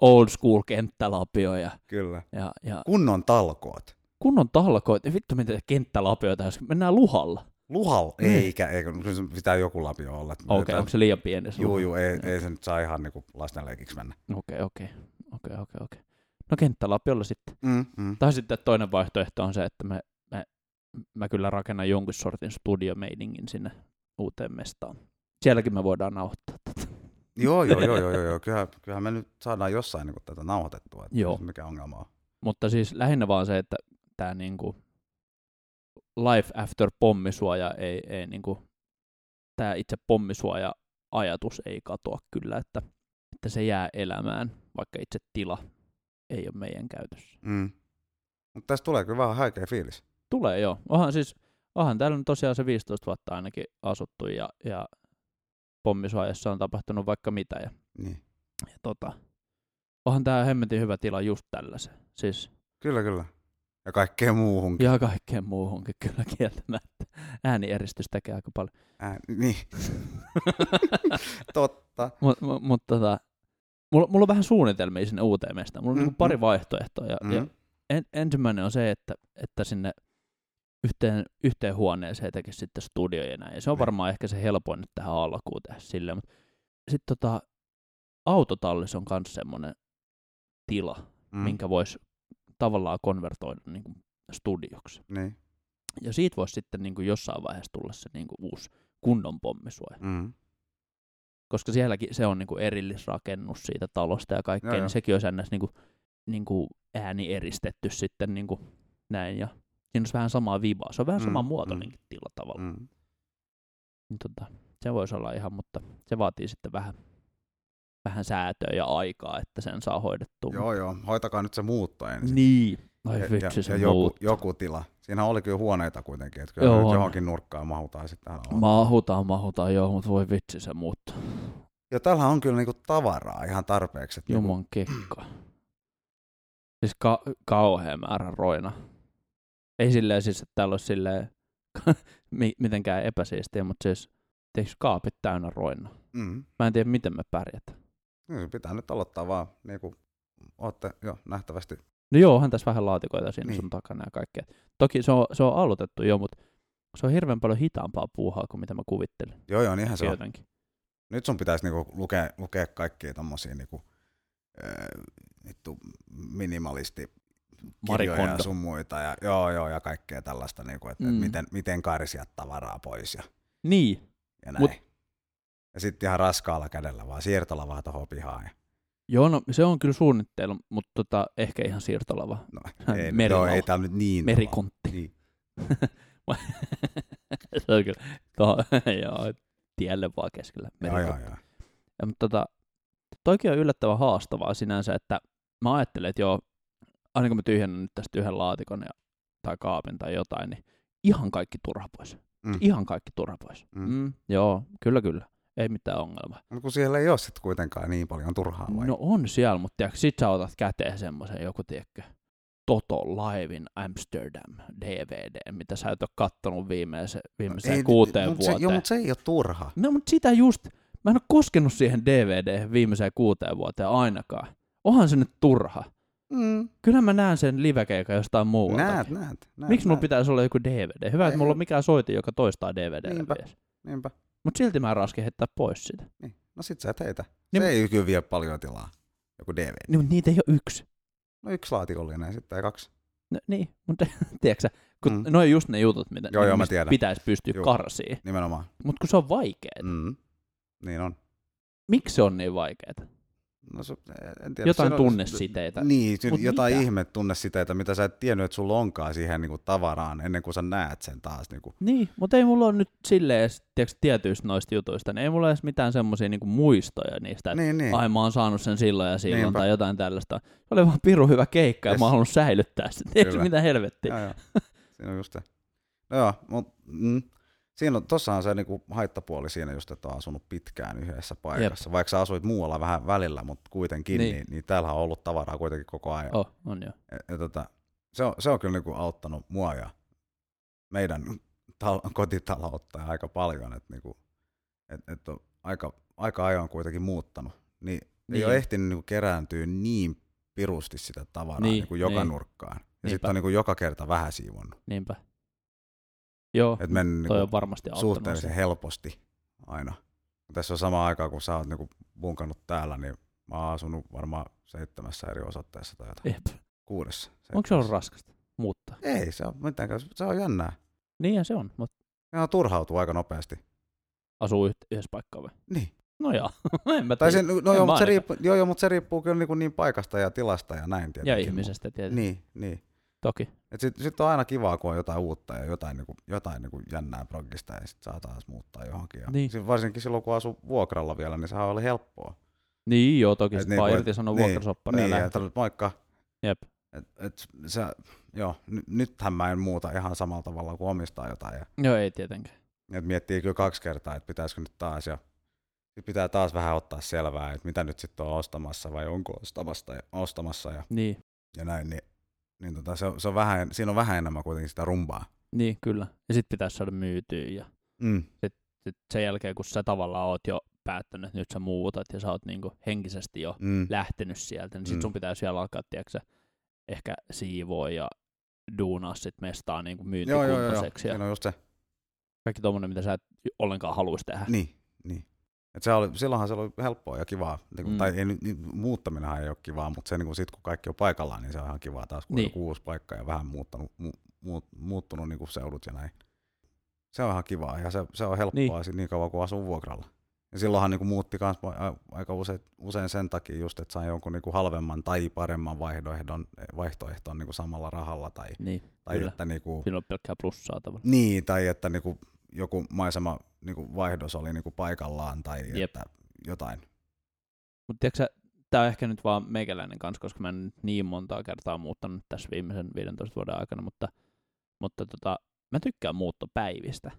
Old school kenttälapio ja, Kyllä. ja, ja Kunnon talkoot. kunnon talkoit. Vittu, mitä kenttälapioita, jos mennään luhalla. Luhal, Niin. eikä, eikä, kyllä se pitää joku lapio olla. että Okei, jotain- onko se liian pieni? se Juu, luha? juu, ei, ei se nyt saa ihan niinku lastenleikiksi mennä. Okei, okei. Okei, okei, okei. No kenttälapiolla sitten. Mm, mm. Tai sitten toinen vaihtoehto on se, että me, me, mä kyllä rakennan jonkin sortin studiomeiningin sinne uuteen mestaan. Sielläkin me voidaan nauhoittaa tätä. Joo, joo, joo, joo, joo, joo. Kyllähän, kyllähän me nyt saadaan jossain niinku tätä nauhoitettua, että Joo. joo. mikä ongelma on. Mutta siis lähinnä vaan se, että tämä niinku life after pommisuoja ei, ei niinku, tämä itse pommisuoja ajatus ei katoa kyllä, että, että se jää elämään, vaikka itse tila ei ole meidän käytössä. Mm. Mutta tässä tulee kyllä vähän häikeä fiilis. Tulee joo. Onhan siis, onhan täällä nyt tosiaan se 15 vuotta ainakin asuttu ja, ja pommisuojassa on tapahtunut vaikka mitä ja, Niin. ja tota, onhan tämä hemmetin hyvä tila just tällaisen. Siis Kyllä, kyllä. Ja kaikkeen muuhunkin. ja kaikkeen muuhunkin kyllä kieltämättä. Äänieristys tekee aika paljon. Ää, niin, totta. Mut, mut, mut tota, mulla, mulla on vähän suunnitelmia sinne uuteen mestaan. Mulla on Mm, niinku pari mm. vaihtoehtoa. Ja, ja Mm. en, ensimmäinen on se, että, että sinne yhteen, yhteen huoneeseen tekisi sitten studio ja näin. Ja se on Niin. varmaan ehkä se helpoin nyt tähän alkuun tehdä silleen. Mutta sitten tota, autotallis on myös semmoinen tila, Mm. mm. minkä voisi tavallaan konvertoida niin kuin studioksi. Niin. Ja siitä voisi sitten niin kuin jossain vaiheessa tulla se niin kuin uusi kunnon pommisuoja. Mm. Koska sielläkin se on niin kuin erillisrakennus siitä talosta ja kaikkea, Joo, joo, joo. niin sekin olisi ns. Niin kuin, niin kuin ääni eristetty sitten niin kuin näin. Ja siinä olisi vähän samaa vibaa. Se on vähän Mm, mm, saman muotoinenkin mm. tila tavallaan. Mm. Mm. Niin tota, se voisi olla ihan, mutta se vaatii sitten vähän, vähän säätöä ja aikaa, että sen saa hoidettua. Joo, joo. Hoitakaa nyt se muutto ensin. Niin. Ai ja, vitsi se ja joku, joku, tila. Siinä oli kyllä huoneita kuitenkin, että kyllä Joo, nyt on. johonkin nurkkaan mahutaan sitten tähän on. Mahutaan, mahutaan, joo, mutta voi vitsi se muuttaa. Ja tällä on kyllä niinku tavaraa ihan tarpeeksi. Että niinku, Juman kekka. Siis ka- kauhea määrä roina. Ei silleen siis, että täällä olisi silleen mi- mitenkään epäsiistiä, mutta siis teikö kaapit täynnä roina? mm, Mä en tiedä, miten me pärjätään. Niin, se pitää nyt aloittaa vaan, niinku, ootte jo nähtävästi. No joo, onhan tässä vähän laatikoita siinä Niin. niin. sun takana ja kaikkea. Toki se on, se on aloitettu jo, mutta se on hirveän paljon hitaampaa puuhaa kuin mitä mä kuvittelin Joo, joo, niinhän se on. jotenkin. Nyt sun pitäisi niinku lukea, lukea kaikkia tommosia niinku, öö, vittu minimalisti kirjoja ja Marikondo. sun muita ja, joo, joo, ja kaikkea tällaista, niinku, että mm. Mm. miten, miten karsia tavaraa pois ja, Niin, ja näin. Mut- Ja sitten ihan raskaalla kädellä vaan siirtolavaa tuohon pihaan. Ja, joo, no, se on kyllä suunnitteilla, mutta tota, ehkä ihan siirtolava. no, Hän ei, merillä no, ei on. tää nyt niin. Merikontti. Niin. se on kyllä, toho, joo, tielle vaan keskellä. Joo, joo, merikonttia. joo. Ja, mutta tota, toikin on yllättävän haastavaa sinänsä, että mä ajattelen, että joo, aina kun mä tyhjennän nyt tästä yhden laatikon ja, tai kaapin tai jotain, niin ihan kaikki turha pois. Mm. Ihan kaikki turha pois. Mm. Mm. Mm, joo, kyllä kyllä. Ei mitään ongelmaa. Mut kun siellä ei ole sit kuitenkaan niin paljon turhaa vai? No on siellä, mutta tiedätkö, sit sä otat käteen semmoisen joku, tiedätkö, Toto Live in Amsterdam DVD, mitä sä et ole kattonut viimeiseen, viimeiseen No Ei, kuuteen mut vuoteen. Se, joo, mutta se ei ole turha. No, mutta sitä just, mä en ole koskenut siihen DVD viimeiseen kuuteen vuoteen ainakaan. Onhan se nyt turha. Mm. Kyllä mä näen sen livekeikan jostain muualta. Näet, näet, näet. Miksi mulla näet. pitäisi olla joku DVD? Hyvä, Ei. että mulla on mikään soitin, joka toistaa dvd Niinpä. Mutta Niinpä. silti mä raskin heittää pois sitä. Niin. No sit sä et heitä. Niin, se ei kyllä vie paljon tilaa. Joku DVD. Niin, mutta niitä ei ole yksi. No yksi laatikollinen ja sitten kaksi. No, niin, mutta tiedätkö sä, kun Mm. mm. noi on just ne jutut, mitä Joo, joo, mä mistä tiedän. pitäisi pystyä Juu. karsiin. Nimenomaan. Mutta kun se on vaikeet. Mm. Mm. Niin on. Miksi se on niin vaikeet? No, se, en tiedä. Jotain siinä on- tunnesiteitä. Niin, Mut jotain mitä? ihme tunnesiteitä, mitä sä et tiennyt, että sulla onkaan siihen niinku tavaraan ennen kuin sä näet sen taas. Niinku. Niin, mutta ei mulla ole nyt silleen edes, tiiäks, tietyistä noista jutuista, niin ei mulla edes mitään semmoisia niinku muistoja niistä, että Niin, niin. ai mä oon saanut sen silloin ja silloin Niinpä. tai jotain tällaista. Se oli vaan pirun hyvä keikka ja Yes. mä oon halunnut säilyttää sitä, tiedätkö Kyllä. mitä helvettiä. Joo, joo. Siinä on just se. No joo, mut, mm, siinä on, tossa on se niinku haittapuoli siinä just, että on asunut pitkään yhdessä paikassa. Jep. Vaikka sä asuit muualla vähän välillä, mutta kuitenkin, niin. Niin. Niin, niin täällä on ollut tavaraa kuitenkin koko ajan. Oh, on joo. Ja, ja tota, se, on, se on kyllä niinku auttanut mua ja meidän tal- kotitaloutta ja aika paljon, että niinku, et, et on aika, aika ajoin kuitenkin muuttanut. Niin, niin. ei Niin. ole ehtinyt niinku kerääntyä niin pirusti sitä tavaraa niin, Niin, niinku joka niin. niin. nurkkaan. Ja Niinpä. sitten on niinku joka kerta vähän siivonnut. Niinpä. Joo, Et mennä Mm, toi niinku on varmasti auttanut. suhteellisen se. helposti aina. Tässä on sama aikaa, kun sä oot niinku bunkannut täällä, niin mä oon asunut varmaan seitsemässä eri osoitteessa tai jotain. Jep. Kuudessa. Onko se ollut raskasta muuttaa? Ei, se on, mitenkään, se on jännää. Niinhän se on, mutta Ne turhautuu aika nopeasti. asuu yht- yhdessä paikkaa vai? Niin. No joo, en mä Tai tiedä. sen, En mä no joo, mutta se ainakaan. riippuu, joo, joo, mutta se riippuu kyllä niin, kuin niin paikasta ja tilasta ja näin Ja tietenkin. ihmisestä tietysti, Niin, niin. toki. Et sit, sit on aina kivaa, kun on jotain uutta ja jotain, niin kuin, jotain niin kuin jännää proggista ja sit saa taas muuttaa johonkin. Ja Niin. sit varsinkin silloin, kun asui vuokralla vielä, niin sehän oli helppoa. Niin joo, toki Et sit niin vaan voi- irti sanoo niin, vuokrasoppari ja niin, ja lähtee. tulit, moikka. Jep. Et, et, sä, joo, ny, nythän mä en muuta ihan samalla tavalla kuin omistaa jotain. Ja Joo, ei tietenkään. Et miettii kyllä kaksi kertaa, että pitäisikö nyt taas. Ja Sitten pitää taas vähän ottaa selvää, että mitä nyt sitten on ostamassa vai onko ostamassa ja, ostamassa ja, Niin, ja näin. Niin, niin tota, se, on- se on vähän, siinä on vähän enemmän kuitenkin sitä rumbaa. niin kyllä. Ja sitten pitäisi saada myytyä ja Mm. sit sen jälkeen, kun sä tavallaan oot jo päättänyt, että nyt sä muutat ja sä oot niinku henkisesti jo Mm. lähtenyt sieltä, niin Mm. sit sun pitäisi vielä alkaa, tiedätkö, ehkä siivoa ja duunaa sit mestaa niinku Joo, joo, joo, joo. myyntikuntoiseksi ja Siinä on just se. kaikki tommonen, mitä sä et ollenkaan haluaisi tehdä. Niin, niin. Et se oli, silloinhan se oli helppoa ja kivaa. Niin kuin, Mm. mm. Tai ei, nyt- niin, muuttaminenhan ei ole kivaa, mutta se, niin kuin sit, kun kaikki on paikallaan, niin se on ihan kivaa taas, kun niin. Niin. on joku uusi paikka ja vähän muuttanut, mu, mu, muuttunut niin kuin seudut ja näin. Se on ihan kivaa ja se, se on helppoa niin. niin kauan kuin asuu vuokralla. Ja silloinhan niin kuin muutti kans pa- a- aika usein, usein sen takia just, että sai jonkun niin kuin halvemman tai paremman vaihtoehdon, vaihtoehton niin kuin samalla rahalla. Tai, Niin, tai kyllä. että niin kuin, Siinä on pelkkää plussaa tavallaan. niin, tai että niinku joku maisema niinku vaihdos oli niinku paikallaan tai Jep. Jep. että jotain. Mutta tiedätkö tämä on ehkä nyt vaan meikäläinen kanssa, koska mä en nyt niin montaa kertaa muuttanut tässä viimeisen 15 vuoden aikana, mutta, mutta tota, mä tykkään muuttopäivistä.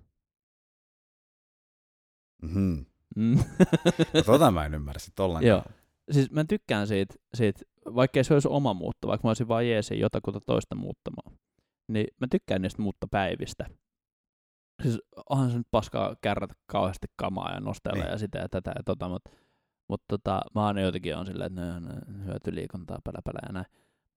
Mm-hmm. Mm. Tota mä en ymmärrä sit ollenkaan. Joo. Siis mä tykkään siitä, siitä, vaikkei se olisi oma muutto, vaikka mä olisin vaan jeesi jotakuta toista muuttamaan, niin mä tykkään niistä muuttopäivistä. Siis onhan se nyt paskaa kärrätä kauheasti kamaa ja nostella Niin. ja sitä ja tätä ja tota, mutta mut tota, mä aina jotenkin on silleen, että no, no, hyötyliikuntaa, pälä, pälä ja näin.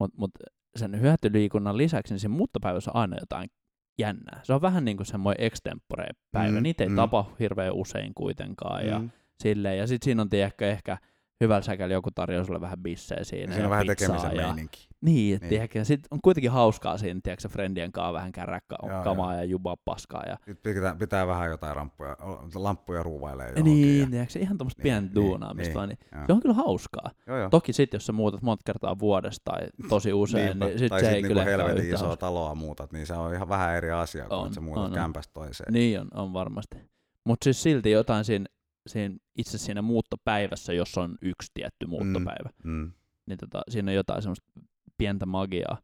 Mutta mut sen hyötyliikunnan lisäksi niin siinä muuttopäivässä on aina jotain jännää. Se on vähän niin kuin semmoinen extempore päivä. Mm, Mm, Niitä ei mm. mm. tapa hirveän usein kuitenkaan. Ja Mm. silleen. Ja sitten siinä on ehkä, ehkä hyvällä säkällä joku tarjoaa sulle vähän bissejä siinä. Ja siinä on vähän pizzaa tekemisen ja... meininki. Niin, Niin. niin. Tiedätkö, sit on kuitenkin hauskaa siinä, tiedätkö, friendien kanssa vähän käräkkä Joo, kamaa ja jubaa paskaa. Ja... Nyt pitää, pitää vähän jotain ramppuja, lamppuja ruuvailee johonkin. Niin, ja, tiedätkö, ihan tämmöistä Niin, niin, pientä niin, duunaamista niin, vaan, niin joo. No. se on kyllä hauskaa. joo, joo. Toki sitten, jos sä muutat monta kertaa vuodessa tai tosi usein, Niinpä. niin sitten tai se sit ei niinku kyllä ehkä ole helvetin yhtä isoa hauska. taloa muutat, niin se on ihan vähän eri asia, kun On, että sä muutat on, on. kämpästä toiseen. Niin on, on varmasti. Mutta siis silti jotain siinä, siinä, itse siinä muuttopäivässä, jos on yksi tietty muuttopäivä, Mm. niin tota, siinä on jotain semmoista pientä magiaa.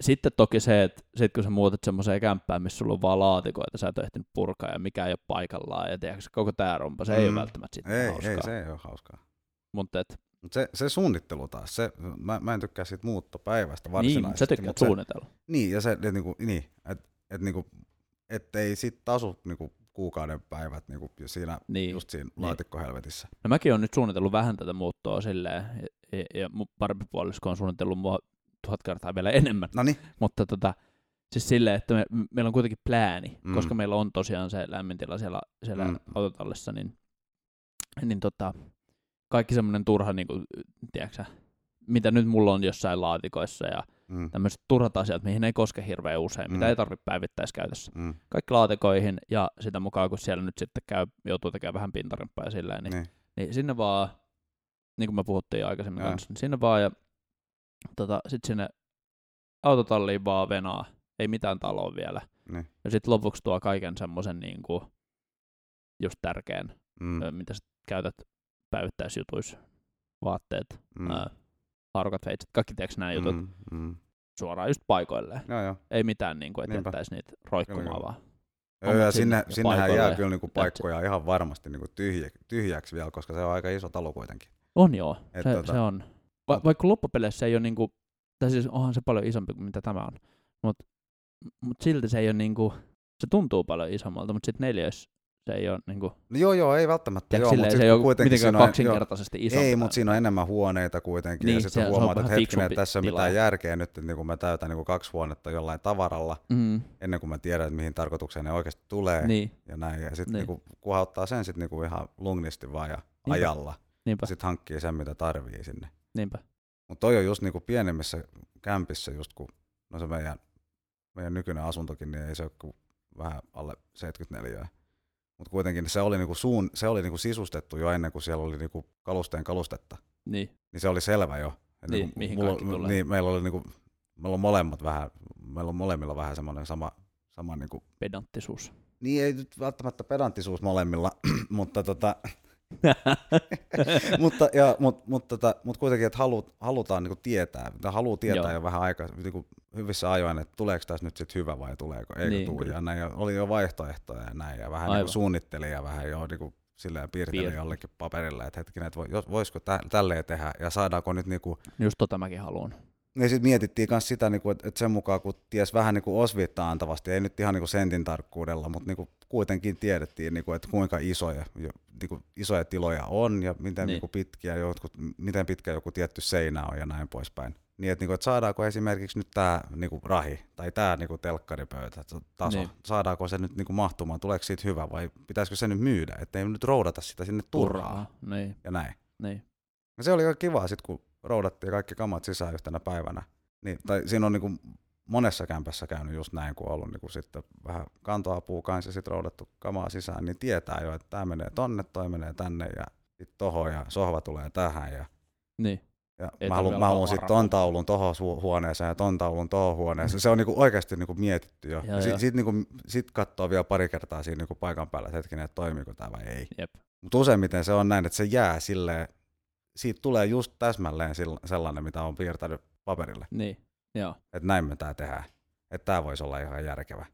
Sitten toki se, että sit kun sä muutat semmoiseen kämppään, missä sulla on vaan laatikoita, sä et ole ehtinyt purkaa ja mikä ei ole paikallaan ja tiedätkö, koko tää rompa, se mm. ei Mm. ole välttämättä sitten Ei, hauskaa. ei, se ei ole hauskaa. Mutta et, niin, Mut se, se suunnittelu taas, se, mä, mä en tykkää siitä muuttopäivästä niin, varsinaisesti. sä tykkäät mut se- suunnitella. Niin, ja se, että niinku, niin, et, et niinku, ettei sit asu niinku kuukauden päivät niinku siinä, Niin. niin. just siinä laatikkohelvetissä. No mäkin olen nyt suunnitellut vähän tätä muuttoa silleen, ja, ja, ja mun parempi puolisko on suunnitellut mua tuhat kertaa vielä enemmän. No niin, Mutta tota, siis silleen, että me, m- meillä on kuitenkin plääni, Mm. mm. koska meillä on tosiaan se lämmöntila siellä, siellä Mm. mm. autotallissa, niin, niin tota, kaikki semmoinen turha, niin kuin, tiedätkö, sä, mitä nyt mulla on jossain laatikoissa ja mm, tämmöiset turhat asiat, mihin ei koske hirveän usein, mitä Mm. ei tarvitse päivittäiskäytössä. mm, Kaikki laatikoihin ja sitä mukaan, kun siellä nyt sitten käy, joutuu tekemään vähän pintarempaa ja silleen, niin, Niin. niin. niin sinne vaan, niin kuin me puhuttiin aikaisemmin Joo. kanssa, niin sinne vaan ja tota, sitten sinne autotalliin vaan venaa, ei mitään taloa vielä. Niin. Ja sitten lopuksi tuo kaiken semmoisen niin kuin, just tärkeän, mm, ö, mitä sä käytät päivittäisjutuissa, vaatteet, mm, mm. ää, harukat, veitset, kaikki tiedätkö nämä jutut mm, mm. suoraan just paikoilleen. Joo, joo. Ei mitään, niin kuin, että Niinpä. jättäisi niitä roikkumaan Joo, joo. vaan. Joo, Hommat ja sinne, sinne sinnehän paikoille jää ja kyllä niinku paikkoja ihan varmasti niinku tyhjä, tyhjäksi vielä, koska se on aika iso talo kuitenkin. On joo, Et se, tota- se on. Va- vaikka loppupeleissä ei ole niinku, tai siis onhan se paljon isompi kuin mitä tämä on, mutta mut silti se ei ole niinku, se tuntuu paljon isommalta, mutta sitten neljäs se ei ole niinku, No joo, joo, ei välttämättä. tiedätkö, joo, silleen, mut sit se ei ole kuitenkin mitenkään siinä on- kaksinkertaisesti isompi. Ei, mutta siinä on enemmän huoneita kuitenkin. Niin, ja sitten se- se on huomaat, vähän että hetkinen, fiksumpi että tässä ei ole tila. mitään järkeä nyt, että niinku mä täytän niinku kaksi huonetta jollain tavaralla, mm, ennen kuin mä tiedän, että mihin tarkoitukseen ne oikeasti tulee. niin, ja näin. Ja sitten Niin. niinku kuhauttaa sen sit niinku ihan lungnisti vaan ja Niinpä. ajalla. niinpä, Sitten hankkii sen, mitä tarvii sinne. niinpä. Mutta toi on just niinku pienemmissä kämpissä, just kun no se meidän, meidän nykyinen asuntokin, niin ei se ole kuin vähän alle 74. Mutta kuitenkin se oli, niinku suun, se oli niinku sisustettu jo ennen kuin siellä oli niinku kalusteen kalustetta. Niin, Niin se oli selvä jo. Et Niin, niinku mihin mulla- kaikki tulee. Niin, meillä oli niinku, meillä on molemmat vähän, meillä on molemmilla vähän semmoinen sama, sama niinku pedanttisuus. niin ei nyt välttämättä pedanttisuus molemmilla, mutta, tota, mutta, ja, mut, mut, tota, mut kuitenkin, että halu, halutaan niinku tietää, tai haluaa tietää Joo. jo vähän aikaa, niinku hyvissä ajoin, että tuleeko tässä nyt sit hyvä vai tuleeko, eikö Niin, niin, tule, kyllä. ja näin, ja oli jo vaihtoehtoja ja näin, ja vähän Aivan. niinku suunnitteli ja vähän jo niinku silleen piirtänyt Piirtänyt. jollekin paperille, että hetkinen, että voi- jos- voisiko tä- tälleen tehdä ja saadaanko nyt niinku Just tota mäkin haluan. niin sitten mietittiin myös sitä, niinku, että et sen mukaan kun ties vähän niinku osviittaa antavasti, ei nyt ihan niinku sentin tarkkuudella, mutta niinku kuitenkin tiedettiin, niinku, että kuinka isoja, jo, niinku, isoja tiloja on ja miten Niin. niinku pitkiä jotkut, miten pitkä joku tietty seinä on ja näin poispäin. Niin, että niinku, et saadaanko esimerkiksi nyt tämä niinku, rahi tai tämä niinku, telkkaripöytä t- taso, Niin. niin. saadaanko se nyt niinku, mahtumaan, tuleeko siitä hyvä vai pitäisikö se nyt myydä, ettei nyt roudata sitä sinne turhaan Turraa. Niin, ja näin. niin. Ja No se oli ihan kivaa sitten, kun roudattiin kaikki kamat sisään yhtenä päivänä. Niin, tai siinä on niinku monessa kämpässä käynyt just näin, kun on ollut niinku sitten vähän kantoapua kanssa ja sitten roudattu kamaa sisään, niin tietää jo, että tämä menee tonne, toi menee tänne ja sitten tohon ja sohva tulee tähän ja Niin. ja Ei mä tarvi haluan, mä olla haluan sitten varaa. ton taulun tohon su- huoneeseen ja ton taulun tohon huoneeseen. Se on niinku oikeasti niinku mietitty jo. Joo, Ja, ja joo. sit, sit, niinku, sit katsoo vielä pari kertaa siinä niinku paikan päällä, että hetkinen, että toimiiko tämä vai ei. Jep. Mutta useimmiten se on näin, että se jää silleen, siitä tulee just täsmälleen sillä- sellainen, mitä on piirtänyt paperille. Niin. Joo. Että näin me tää tehdään. Että tää voisi olla ihan järkevä.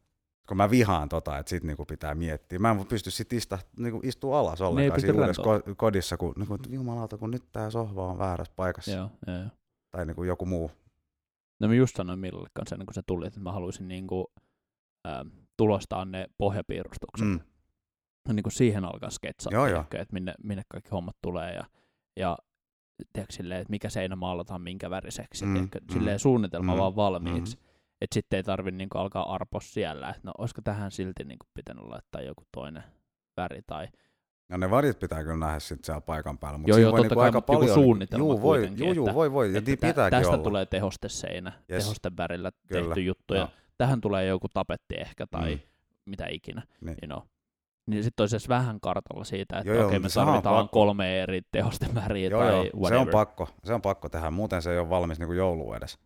Kun mä vihaan tota, että sit niinku pitää miettiä. Mä en pysty sit ista, niinku istua alas ollenkaan pysty siinä uudessa rentoutumaan. ko- kodissa, kun niinku, että jumalauta, kun nyt tää sohva on väärässä paikassa. Joo, joo. joo. Tai niinku joku muu. No mä just sanoin Millalle kanssa, ennen kuin se tuli, että mä haluaisin niinku, ähm, tulostaa ne pohjapiirustukset. Mm. niin kuin siihen alkaa sketsaa, Joo, joo. tiedätkö, että minne, minne kaikki hommat tulee ja, ja tiedätkö, silleen, että mikä seinä maalataan minkä väriseksi, Mm, mm, tiedätkö, mm, silleen suunnitelma mm, vaan valmiiksi. Mm. Että sitten ei tarvi niin alkaa arpoa siellä, että no olisiko tähän silti niin kuin pitänyt laittaa joku toinen väri tai Ja ne varit pitää kyllä nähdä sit siellä paikan päällä. Mut Joo, siinä joo, voi totta niinku kai, aika mut joku paljon, suunnitelma juu, voi, kuitenkin, juu, juu, että- voi, voi, ja että niin tä- pitääkin tästä olla. tulee tehosteseinä, yes. Jes. tehosten värillä Kyllä, tehty juttu ja joo. tähän tulee joku tapetti ehkä tai Mm. mm. mitä ikinä. Niin. You know. Niin sitten olisi edes vähän kartalla siitä, että Joo, joo, okei me mutta sehän on tarvitaan pakko. kolme eri tehosten väriä Joo, tai joo, whatever. se on pakko, se on pakko tehdä, muuten se ei ole valmis niinku joulu edes.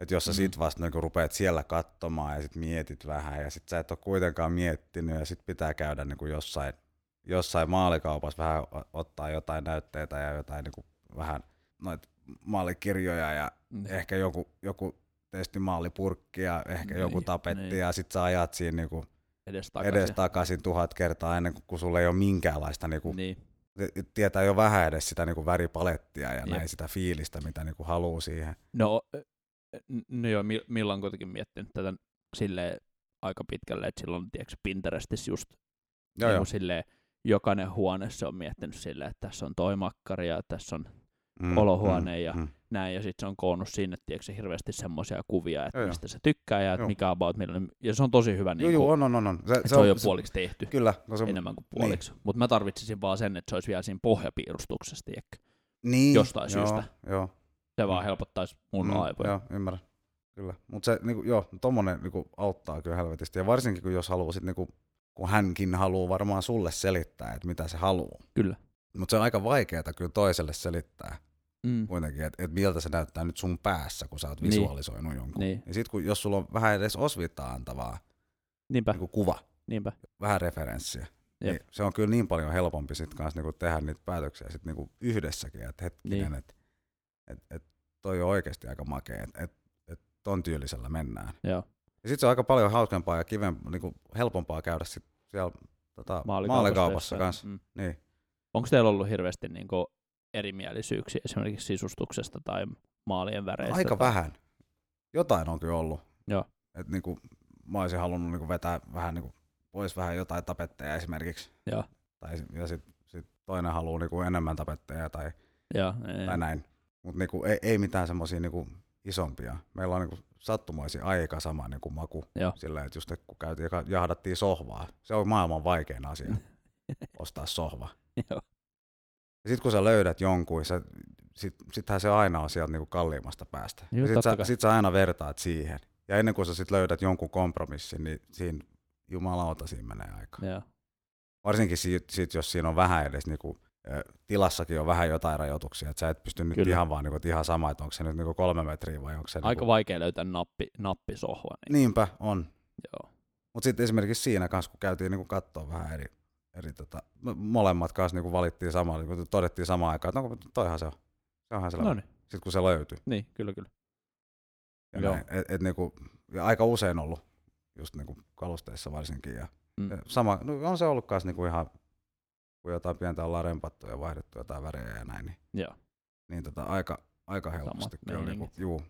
Et jos sä Mm. sit vasta niinku rupeat siellä katsomaan ja sit mietit vähän ja sit sä et ole kuitenkaan miettinyt ja sit pitää käydä niinku jossain, jossain maalikaupassa vähän o- ottaa jotain näytteitä ja jotain niinku vähän noita maalikirjoja ja Niin. ehkä joku, joku testimaalipurkki ja ehkä Niin, joku tapetti niin. ja sit sä ajat siinä niinku edes takaisin. takaisin. edes takaisin tuhat kertaa ennen kuin kun sulla ei ole minkäänlaista, niinku, Niin, niin. tietää jo vähän edes sitä niinku väripalettia ja Jep. näin sitä fiilistä, mitä niinku haluaa siihen. no, ö, n- no joo, Mi- Milla on kuitenkin miettinyt tätä silleen aika pitkälle, että silloin tiedätkö, Pinterestissä just Joo, niin joo. kuin silleen, jokainen huone se on miettinyt silleen, että tässä on toi makkari ja tässä on Mm, olohuone ja- Mm. näin, ja sitten se on koonnut sinne, tiedätkö, hirveästi semmoisia kuvia, että Joo, joo. mistä se tykkää ja että Joo. mikä about millainen, ja se on tosi hyvä, Joo, niin joo, kuin, on, on, on. on. Se, että se on jo puoliksi tehty, Kyllä. No se, on- enemmän kuin puoliksi, mutta mä tarvitsisin vaan sen, että se olisi vielä siinä pohjapiirustuksessa, tiedätkö, niin, jostain joo, syystä. Joo, se vaan Mm. helpottaisi mun mm, aivoja. Joo, ymmärrän. Kyllä. Mutta se, niinku, joo, tommonen niinku, auttaa kyllä helvetisti. Ja varsinkin, kun jos haluaa sit, niinku, kun hänkin haluaa varmaan sulle selittää, että mitä se haluaa. Kyllä. Mutta se on aika vaikeaa kyllä toiselle selittää. Mm. kuitenkin, että et miltä se näyttää nyt sun päässä, kun sä oot Niin. visualisoinut jonkun. Niin. Ja sit kun, jos sulla on vähän edes osviittaa antavaa Niinpä, niin kuva, niinpä. vähän referenssiä, Jep. niin se on kyllä niin paljon helpompi sit kans niinku tehdä niitä päätöksiä sit niinku yhdessäkin, että hetkinen, Niin. että et, et toi on oikeasti aika makea, että et, et ton tyylisellä mennään. Joo. Ja sit se on aika paljon hauskempaa ja kiven, niinku helpompaa käydä sit siellä tota, Maalikaupassa maalikaupassa jossain. kanssa. Mm. Niin. Onko teillä ollut hirveästi niin kuin erimielisyyksiä esimerkiksi sisustuksesta tai maalien väreistä? Aika tai... vähän. Jotain on kyllä ollut. Joo. Et niinku, mä olisin halunnut niinku vetää vähän niinku pois vähän jotain tapetteja esimerkiksi. Joo. Tai, s- ja sit, sit toinen haluaa niinku enemmän tapetteja tai, Joo, tai ei, näin. Mutta niinku, ei, ei mitään semmoisia niinku isompia. Meillä on niinku sattumoisin aika sama niinku maku. Joo. Sillä että just et kun käytiin, ja ka- jahdattiin sohvaa. Se on maailman vaikein asia, ostaa sohva. niin. Joo. Ja sit kun sä löydät jonkun, sä, sit, sittenhän se aina on sieltä niinku kalliimmasta päästä. Joo, Ja sit, totta sä, kai. sit sä aina vertaat siihen. Ja ennen kuin sä sit löydät jonkun kompromissin, niin siinä jumalauta siinä menee aikaa. Joo. Varsinkin sit, sit, jos siinä on vähän edes niinku, ö, tilassakin on vähän jotain rajoituksia, että sä et pysty nyt Kyllä. ihan vaan niinku, et ihan sama, että onko se nyt niinku kolme metriä vai onko se... Aika niinku... vaikea löytää nappi, nappisohva. Niin. Niinpä, on. Joo. Mutta sitten esimerkiksi siinä kanssa, kun käytiin niinku katsoa vähän eri, eri tota, me molemmat kanssa niinku valittiin samaa, niinku todettiin samaan aikaan, että onko toihan se on. Se onhan selvä. No No niin, Sitten kun se löytyy. niin, kyllä kyllä. Ja Joo. näin. Et, et niinku, ja aika usein ollut, just niinku kalusteissa varsinkin. Ja, Mm. ja sama, no on se ollut kanssa niinku ihan kun jotain pientä ollaan rempattu ja vaihdettu jotain värejä ja näin, niin, Joo. Niin, niin tota, aika, aika helposti kyllä. Niinku, meiningit. juu.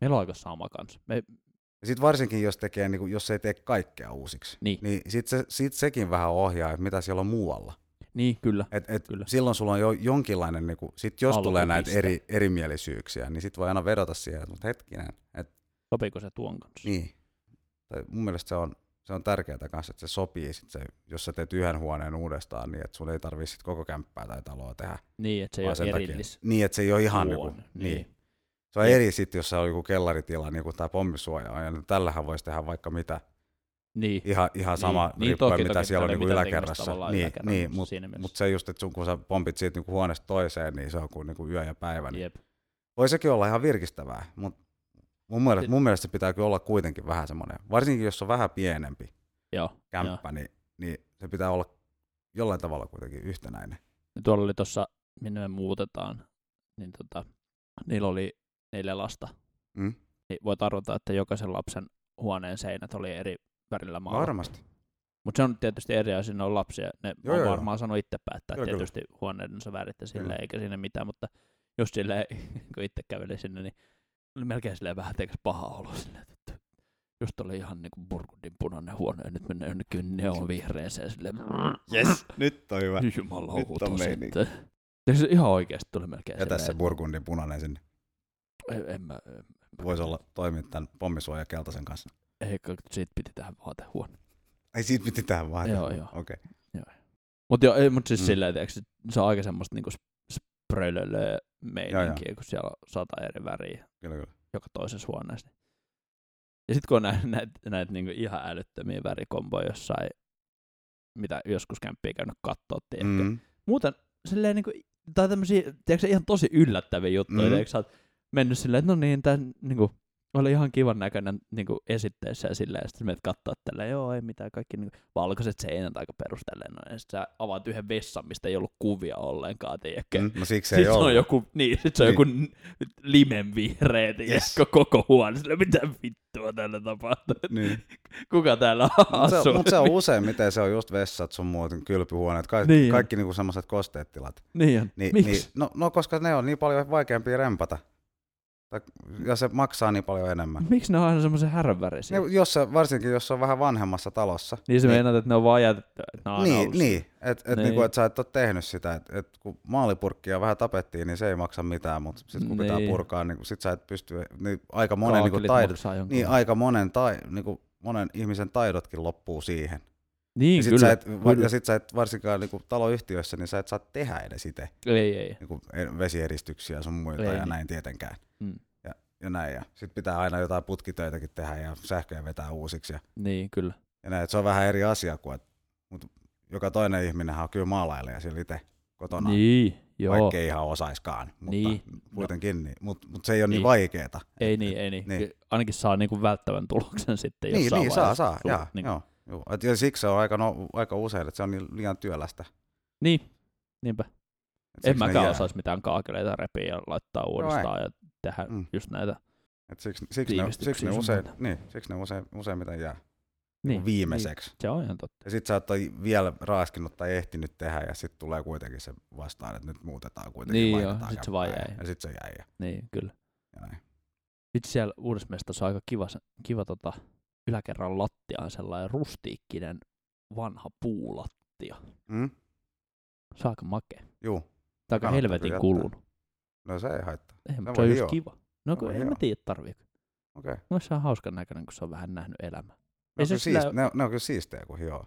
Meillä on aika sama kanssa. Me, niin, Ja sitten varsinkin, jos, tekee, niinku, jos ei tee kaikkea uusiksi, Niin. niin sitten se, sit sekin vähän ohjaa, että mitä siellä on muualla. niin, kyllä. Et, et Kyllä. silloin sulla on jo jonkinlainen, niin kuin, sit jos Alkupiste. tulee näitä eri, erimielisyyksiä, niin sit voi aina vedota siihen, että mut hetkinen. Et, Sopiiko se tuon kanssa? niin. Tai mun mielestä se on, se on tärkeää kanssa, että se sopii, sit se, jos sä teet yhden huoneen uudestaan, niin että sulla ei tarvii sit koko kämppää tai taloa tehdä. Niin, että se ei vaan sen ole takia. erillis. Niin, että se ei ole ihan huone. niinku, niin. niin. Se on Jep. eri sit, jos se on joku kellaritila niinku, tai pommisuoja. Ja tällähän voisi tehdä vaikka mitä. Niin. Ihan, ihan sama, niin, riippuen toki, mitä toki, siellä on tällä ei niinku mitään tekemistä yläkerrassa. tavallaan Niin, yläkerran niin, mutta siinä mielessä. Mutta se just, että sun, kun sä pompit siitä niinku huoneesta toiseen, niin se on kuin niinku yö ja päivä. Niin Jep. voi sekin olla ihan virkistävää, mutta mun mielestä, Si- mun mielestä se pitää kyllä olla kuitenkin vähän semmoinen, varsinkin jos on vähän pienempi Joo. joo. kämppä, niin, niin se pitää olla jollain tavalla kuitenkin yhtenäinen. Ja Niin tuolla oli tuossa, minne me muutetaan, niin tota, niillä oli neljä lasta. Mm? Niin voit arvata, että jokaisen lapsen huoneen seinät oli eri värillä maalla. Varmasti. Mutta se on tietysti eri asia, ne on lapsia. Ne Joo, joo, on joo, varmaan sanonut itse päättää Joo, joo, kyllä. tietysti huoneidensa värit ja sille, Kyllä. eikä siinä mitään, mutta jos sille, kun itse kävelin sinne, niin oli melkein silleen vähän teikäs paha olo silleen, että just oli ihan niinku burgundin punainen huone ja nyt mennään jonnekin neonvihreeseen silleen. Yes, nyt on hyvä. Nyt on Jumalauta meininki. sitten. Ja se ihan oikeasti tuli melkein Ja tässä silleen, burgundin punainen sinne että en, en mä, en, voisi olla toimia tämän pommisuoja keltaisen kanssa. ei, kun siitä piti tähän vaatehuone. Ei siitä piti tähän vaan. Joo, joo. Okei. Mutta joo, ei, mut siis Mm. mm. silleen, tiiäks, se on aika semmoista niinku sp- sprölölöä Joo, meininkiä, kun siellä on sata eri väriä Kyllä, kyllä. joka toisessa huoneessa. Ja sitten kun on näitä näit, näit niinku ihan älyttömiä värikomboja jossain, mitä joskus kämppiä käynyt kattoo, tiedätkö. Mm. Mm. Muuten silleen niinku, tai tämmösiä, tiedätkö, ihan tosi yllättäviä juttuja, Mm. mm. tiedätkö, sä oot mennyt silleen, että no niin, tää niinku, oli ihan kivan näköinen niinku esitteessä ja silleen, ja sitten menet katsoa tälleen, joo, ei mitään, kaikki niinku, valkoiset seinät aika perustellen, no, ja sitten sä avaat yhden vessan, mistä ei ollut kuvia ollenkaan, tiedätkö, Mm. No siksi ei sitten se ole. on joku, niin, sit se on Niin. joku n- limenvihreä, yes. koko huone. Sillä mitä vittua täällä tapahtuu? Niin. Kuka täällä Mutta se, asuu? mut se on useimmiten, se on just vessat sun muuten kylpyhuoneet, kaikki, Niin on. niin. kaikki niinku semmoiset kosteet tilat. Niin on. Niin, Miksi? Niin, no, no, koska ne on niin paljon vaikeampia rempata. Tai, ja se maksaa niin paljon enemmän. Miksi ne on aina semmoisen häränvärisiä? Ne, jos se, varsinkin jos se on vähän vanhemmassa talossa. Niin se niin. meinaat, että ne on vaan jätetty, että ne on aina niin, ollut niin. että et, Niin. niinku, et sä et ole tehnyt sitä. Et, et, kun maalipurkkia vähän tapettiin, niin se ei maksa mitään, mutta sitten kun pitää Niin. purkaa, niin sit sä et pysty, niin aika siellä. monen, niinku, Kaakelit taidot, maksaa jonkun. niin, aika monen, tai, niinku, monen ihmisen taidotkin loppuu siihen. niin ja sit, kyllä. sä et, va- kyllä. ja sit sä et varsinkaan niinku, taloyhtiössä, niin sä et saa tehdä edes itse Ei, ei. niinku, e- vesiyhdistyksiä sun muita Ei ja niin. näin tietenkään. Mm. ja näin. Ja sitten pitää aina jotain putkitöitäkin tehdä ja sähköjä vetää uusiksi. Ja, Niin, kyllä. ja näin. Et se on vähän eri asia kuin, että, mutta joka toinen ihminenhän on kyllä maalailee siellä itse kotona, niin, Niin, joo. vaikka ei ihan osaiskaan. Mutta Niin, kuitenkin, niin, mutta, mutta se ei ole niin, Niin. niin vaikeeta. Ei niin, ei niin. Niin. Ainakin saa niinku välttävän tuloksen sitten Niin, jossain niin saa, vaiheessa. saa. Sulla- jaa, niin. joo, joo. Et, ja siksi se on aika, no, aika usein, että se on niin liian työlästä. Niin, niinpä. Et En siksi ne mäkään jää. No osaisi mitään kaakeleita repiä ja laittaa uudestaan ja tehdä Mm. mm. just näitä. Et siksi, siksi, ne, tiivistyksiä siksi, ne sun usein, muuta. niin, siksi ne usein, useimmiten jää Niin, niin, viimeiseksi. se on ihan totta. Ja sit sä oot toi vielä raaskinut tai ehtinyt tehdä ja sit tulee kuitenkin se vastaan, että nyt muutetaan kuitenkin. Niin vaihdetaan joo, sit se käppää vaan ja- jäi. Ja sit se jäi. Ja, Niin, kyllä. ja näin. Itse siellä uudessa mestassa on aika kiva, se- kiva tota, yläkerran lattia on sellainen rustiikkinen vanha puulattia. Mm? Se on aika makea. Juu, Tai aika Kannattaa helvetin kyllä jättää. kulunut. no se ei haittaa. Ei, mutta se voi on hioa. just kiva. No kun voi en mä hioa. tiedä tarviiko. Okei. Okay. Mun mielestä se on hauskan näköinen, kun se on vähän nähnyt elämää. Ne, on se kyllä sillä- siist- ne, on- ne, on kyllä siistejä kuin hioo.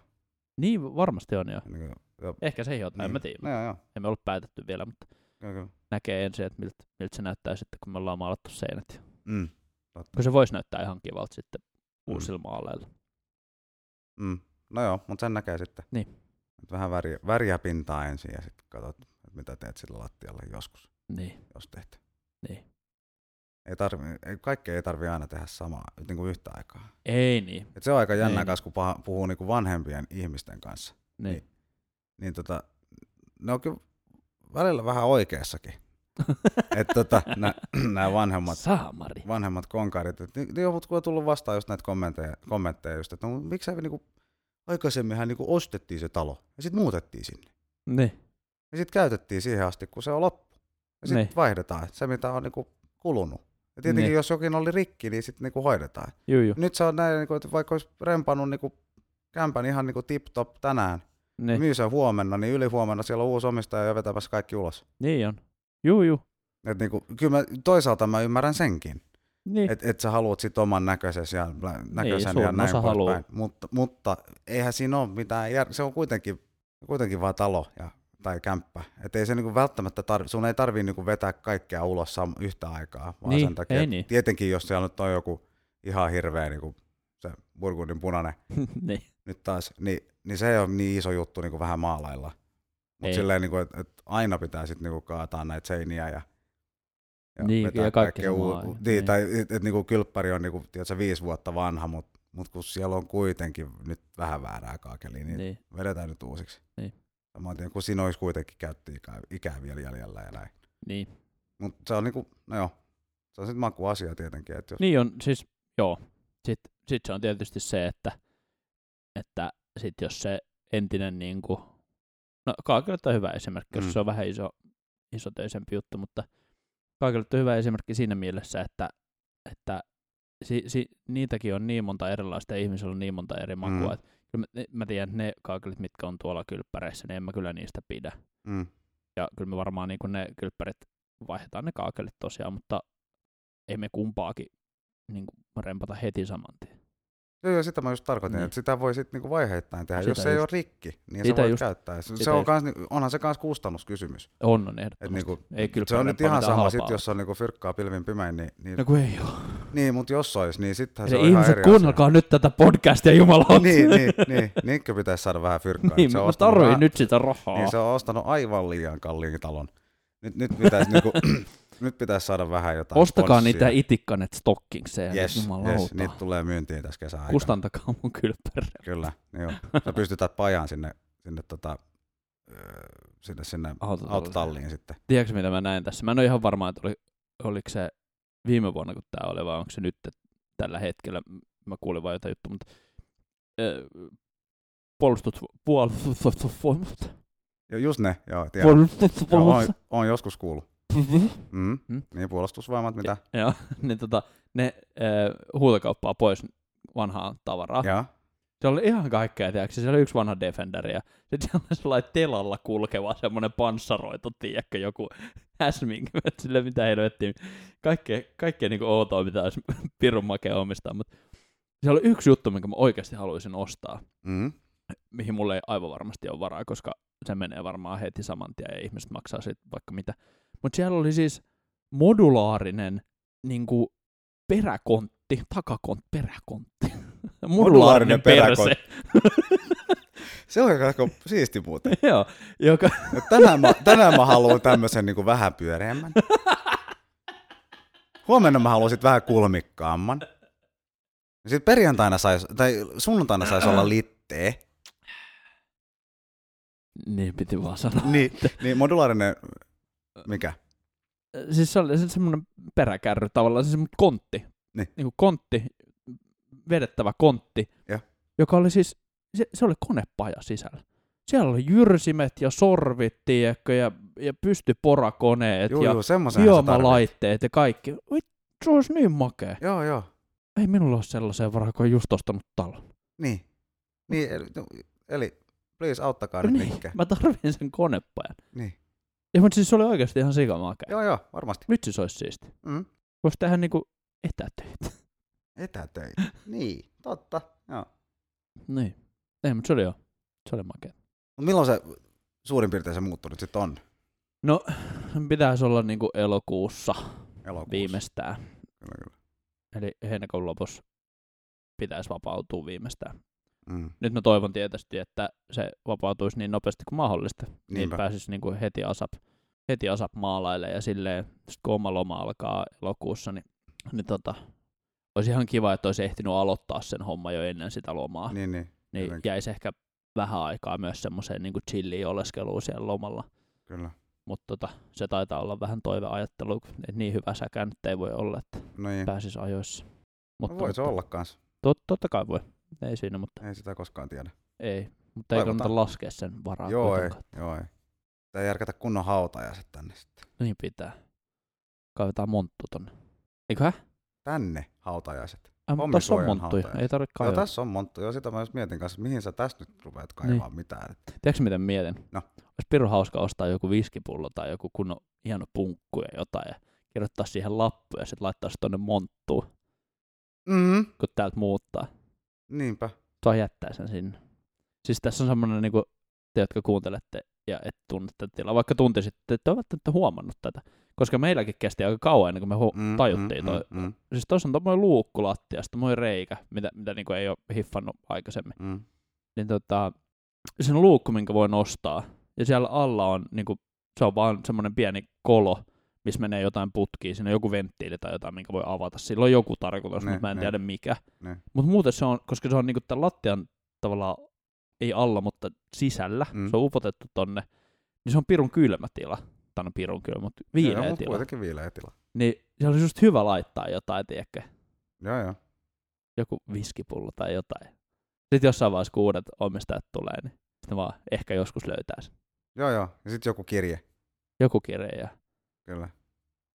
Niin varmasti on jo. Niin, kuin- joo. Ehkä se ei ole, en mä Niin. tiedä. No, joo, joo. Emme ole päätetty vielä, mutta Kyllä, kyllä. näkee ensin, että miltä, miltä se näyttää sitten, kun me ollaan maalattu seinät. ja- Mm. Kun se voisi näyttää ihan kivalta sitten Mm. uusilla maaleilla. Mm. No joo, mutta sen näkee sitten. Niin. Et vähän väriä, väriä pintaa ensin ja sitten katsot, että mitä teet sillä lattialla joskus, Niin, jos teet. niin. Ei tarvi, ei, kaikkea ei tarvi aina tehdä samaa niin kuin yhtä aikaa. Ei niin. Et se on aika jännä Ei. kanssa, kun paha- puhuu niin kuin vanhempien ihmisten kanssa. Niin. niin tota, ne on kyllä välillä vähän oikeassakin. että tota, nämä vanhemmat, Saamari. vanhemmat konkarit, että ni- ni- joo, mutta kun on tullut vastaan just näitä kommentteja, kommentteja just, että no, miksei me niinku, aikaisemminhan niinku ostettiin se talo ja sitten muutettiin sinne. Niin. Ja sitten käytettiin siihen asti, kun se on loppu. Ja sitten Niin. vaihdetaan se, mitä on niinku kulunut. Ja tietenkin Niin. jos jokin oli rikki, niin sitten niinku hoidetaan. Juu, juu. Nyt se on näin, niinku, että vaikka olisi rempannut niinku kämpän ihan niinku tip-top tänään, Niin. myy sen huomenna, niin ylihuomenna siellä on uusi omistaja ja vetämässä kaikki ulos. niin on. Juu, juu. Et niinku, kyllä mä, toisaalta mä ymmärrän senkin, Niin. että et sä haluat sit oman näköisesi ja lä- näköisen suurin ja näin osa haluaa. poispäin. Mutta, mutta eihän siinä ole mitään, jär- se on kuitenkin, kuitenkin vaan talo ja, tai kämppä. Et ei se niinku välttämättä tarvi, sun ei tarvii niinku vetää kaikkea ulos sam- yhtä aikaa, vaan Niin, sen takia, ei et niin. tietenkin jos siellä nyt on joku ihan hirveä niinku se burgundin punainen niin. nyt taas, niin, niin se ei ole niin iso juttu niin kuin vähän maalailla. Ei. Mutta silleen, niin kuin, että, että aina pitää sitten niin kuin kaataa näitä seiniä ja, Niin, ja kaikki kaikkea samaan uu- aikaan. niin, Niin. tai että et, niin kuin kylppäri on niin kuin, tiedätkö, viisi vuotta vanha, mutta mut kun siellä on kuitenkin nyt vähän väärää kaakeliin, niin, niin. vedetään nyt uusiksi. Niin. Samoin tien, kun siinä olisi kuitenkin käyttö ikää, ikää vielä jäljellä ja näin. Niin. Mutta se on niin kuin, no joo, se on sitten makuasia tietenkin. Että jos, Niin on, siis joo. Sitten sit se on tietysti se, että, että sit jos se entinen niin kuin, no kaakelut on hyvä esimerkki, jos Mm. se on vähän iso, isotöisempi juttu, mutta kaakelut on hyvä esimerkki siinä mielessä, että, että si, si, niitäkin on niin monta erilaista ja ihmisillä on niin monta eri makua. Mm. että Kyllä mä, mä tiedän, että ne kaakelit, mitkä on tuolla kylppäreissä, niin en mä kyllä niistä pidä. mm, Ja kyllä me varmaan niin ne kylppärit, vaihdetaan ne kaakelit tosiaan, mutta ei me kumpaakin niin rempata heti saman tien. Joo, joo, sitä mä just tarkoitin, Niin. että sitä voi sitten niinku vaiheittain tehdä. Sitä Jos se ei just. ole rikki, niin Sitä sitä se voi just. käyttää. Se, Sitä se on just. kans, niinku- onhan se myös kustannuskysymys. On, on Et ehdottomasti. niinku, ei kyllä se on nyt parempaa ihan mitään sama, halpaa sit, jos on niinku fyrkkaa pilvin pimein, niin, niin, No kun ei ole. niin mutta jos olisi, niin sittenhän se Se on ihan ihmiset, eri kuunnelkaa nyt tätä podcastia, jumala. asia. niin, niin, niin, niinkö pitäisi saada vähän fyrkkaa. niin se on mä ostanut tarvin vähän- nyt sitä rahaa. Niin se on ostanut aivan liian kalliin talon. Nyt, nyt, pitäisi, niinku, nyt pitäisi saada vähän jotain Ostakaa sponssia. niitä itikkanet stockingseen, yes, jumalauta. yes, niitä tulee myyntiin tässä kesän aikana. Kustantakaa mun kylppäreillä. Kyllä, joo. Sä pystytät pajan sinne, sinne, tota, ö, sinne, sinne Autotalliin. autotalliin sitten. Tiedätkö mitä mä näin tässä? Mä en ole ihan varma, että oli, oliko se viime vuonna, kun tämä oli, vai onko se nyt että tällä hetkellä. Mä kuulin vain jotain juttua, mutta äh, puolustut, puolustusvoimat. Joo, just ne, joo, tiedän. Joo, on, Puolustusvoimat. on joskus kuullut. Mm. Mm. Mm. Niin, puolustusvoimat, mitä? Joo, niin tota, ne äh, huutokauppaa pois vanhaa tavaraa. Joo. Se oli ihan kaikkea, tiedätkö? Siellä oli yksi vanha Defender ja sitten siellä oli sellainen telalla kulkeva semmoinen panssaroitu, tiedätkö, joku Häsming, sille mitä helvettiin. Kaikkea, kaikkea niin outoa, mitä olisi pirun makea omistaa, mutta siellä oli yksi juttu, minkä mä oikeasti haluaisin ostaa, Mm. mihin mulle ei aivan varmasti ole varaa, koska se menee varmaan heti saman tien ja ihmiset maksaa sitten vaikka mitä. Mutta siellä oli siis modulaarinen niin kuin peräkontti, takakontti, peräkontti. Modulaarinen, Modulaarinen perse. Se on aika siisti muuten. Joo, joka, No, tänään, mä, tänään mä haluan tämmöisen niin vähän pyöreämmän. Huomenna mä haluan sit vähän kulmikkaamman. Sitten perjantaina sais, tai sunnuntaina saisi olla littee. niin piti vaan sanoa. Niin, niin modulaarinen, mikä? Siis se oli se- semmoinen peräkärry tavallaan, siis semmoinen kontti. Niin. kuin kontti, vedettävä kontti, Joo. joka oli siis, se, se oli konepaja sisällä. Siellä oli jyrsimet ja sorvit, tiedätkö, ja, ja pystyporakoneet Joo, ja joo, semmoisen hiomalaitteet ja kaikki. Oi, se olisi niin makea. Joo, joo. Ei minulla ole sellaiseen varaa, kun on just ostanut talon. Niin. niin eli, no, eli please auttakaa nyt niin. Mikke. mä tarvin sen konepajan. Niin. Ja mutta siis se oli oikeasti ihan sikamakea. Joo, joo, varmasti. Vitsi, se olisi siisti. Mm. Voisi tehdä niinku etätöitä. Etätöitä. Niin, totta. Joo. Niin. Ei, mutta se oli joo. Se oli makea. Mut milloin se suurin piirtein se muuttu nyt sitten on? No, pitäisi olla niinku elokuussa, Elokuussa. viimeistään. Kyllä, kyllä. Eli heinäkuun lopussa pitäisi vapautua viimeistään. Mm. Nyt mä toivon tietysti, että se vapautuisi niin nopeasti kuin mahdollista. Niin Niinpä. pääsisi niinku heti asap, heti asap maalaille ja silleen, sit kun oma loma alkaa elokuussa, niin, niin tota, olisi ihan kiva, että olisi ehtinyt aloittaa sen homma jo ennen sitä lomaa. Niin, niin. niin Jotenkin. jäisi ehkä vähän aikaa myös semmoiseen niin chilliin oleskeluun siellä lomalla. Kyllä. Mutta tota, se taitaa olla vähän toiveajattelu, että niin hyvä säkään nyt ei voi olla, että No niin. pääsisi ajoissa. Mutta, No voi se mutta, olla kans. Tot, totta kai voi. Ei siinä, mutta Ei sitä koskaan tiedä. ei. Mutta ei Toivotaan. kannata laskea sen varaa. Joo, ei. kuitenkaan. Joo, ei. Pitää järkätä kunnon hautajaiset tänne sitten. Niin pitää. Kaivetaan monttu tonne. Eiköhän? Tänne hautajaiset. Äh, mutta tässä on Pommikojan monttuja. hautajaiset. Ei tarvitse Joo, kaivaa. tässä on monttu. Joo, sitä mä just mietin kanssa, mihin sä tästä nyt rupeat kaivaa niin. mitään. Et Tiedätkö miten mietin? No. Olisi pirun hauska ostaa joku viskipullo tai joku kunnon hieno punkku ja jotain ja kirjoittaa siihen lappu ja sitten laittaa se tonne monttuun, Mm, kun täältä muuttaa. niinpä. Tuo jättää sen sinne. Siis tässä on semmoinen, niin te jotka kuuntelette ja et tunne tätä tilaa, vaikka tuntisitte, että olette huomannut tätä. Koska meilläkin kesti aika kauan ennen kuin me hu- Mm, tajuttiin toi. Mm, mm, Siis tuossa on tuommoinen luukku lattiasta, tuommoinen reikä, mitä, mitä niin ei ole hiffannut aikaisemmin. mm, mm. niin tota, se on luukku, minkä voi nostaa. Ja siellä alla on, niin kuin, se on vaan semmoinen pieni kolo, missä menee jotain putkia, siinä on joku venttiili tai jotain, minkä voi avata. Sillä on joku tarkoitus, Ne, mutta mä en ne. tiedä mikä. Ne. Mutta muuten se on, koska se on niin kuin tämän lattian tavallaan, ei alla, mutta sisällä, Mm. se on upotettu tonne, niin se on pirun kylmä tila. Tai no pirun kylmä, mutta Joo, viileä mut tila. Kuitenkin viileä tila. Niin se olisi just hyvä laittaa jotain, tiedätkö, Joo, joo. joku viskipullo tai jotain. Sitten jossain vaiheessa, kun uudet omistajat tulee, niin sitten vaan ehkä joskus löytää sen. Joo, joo. Ja sitten joku kirje, Joku kirja. ja- kyllä.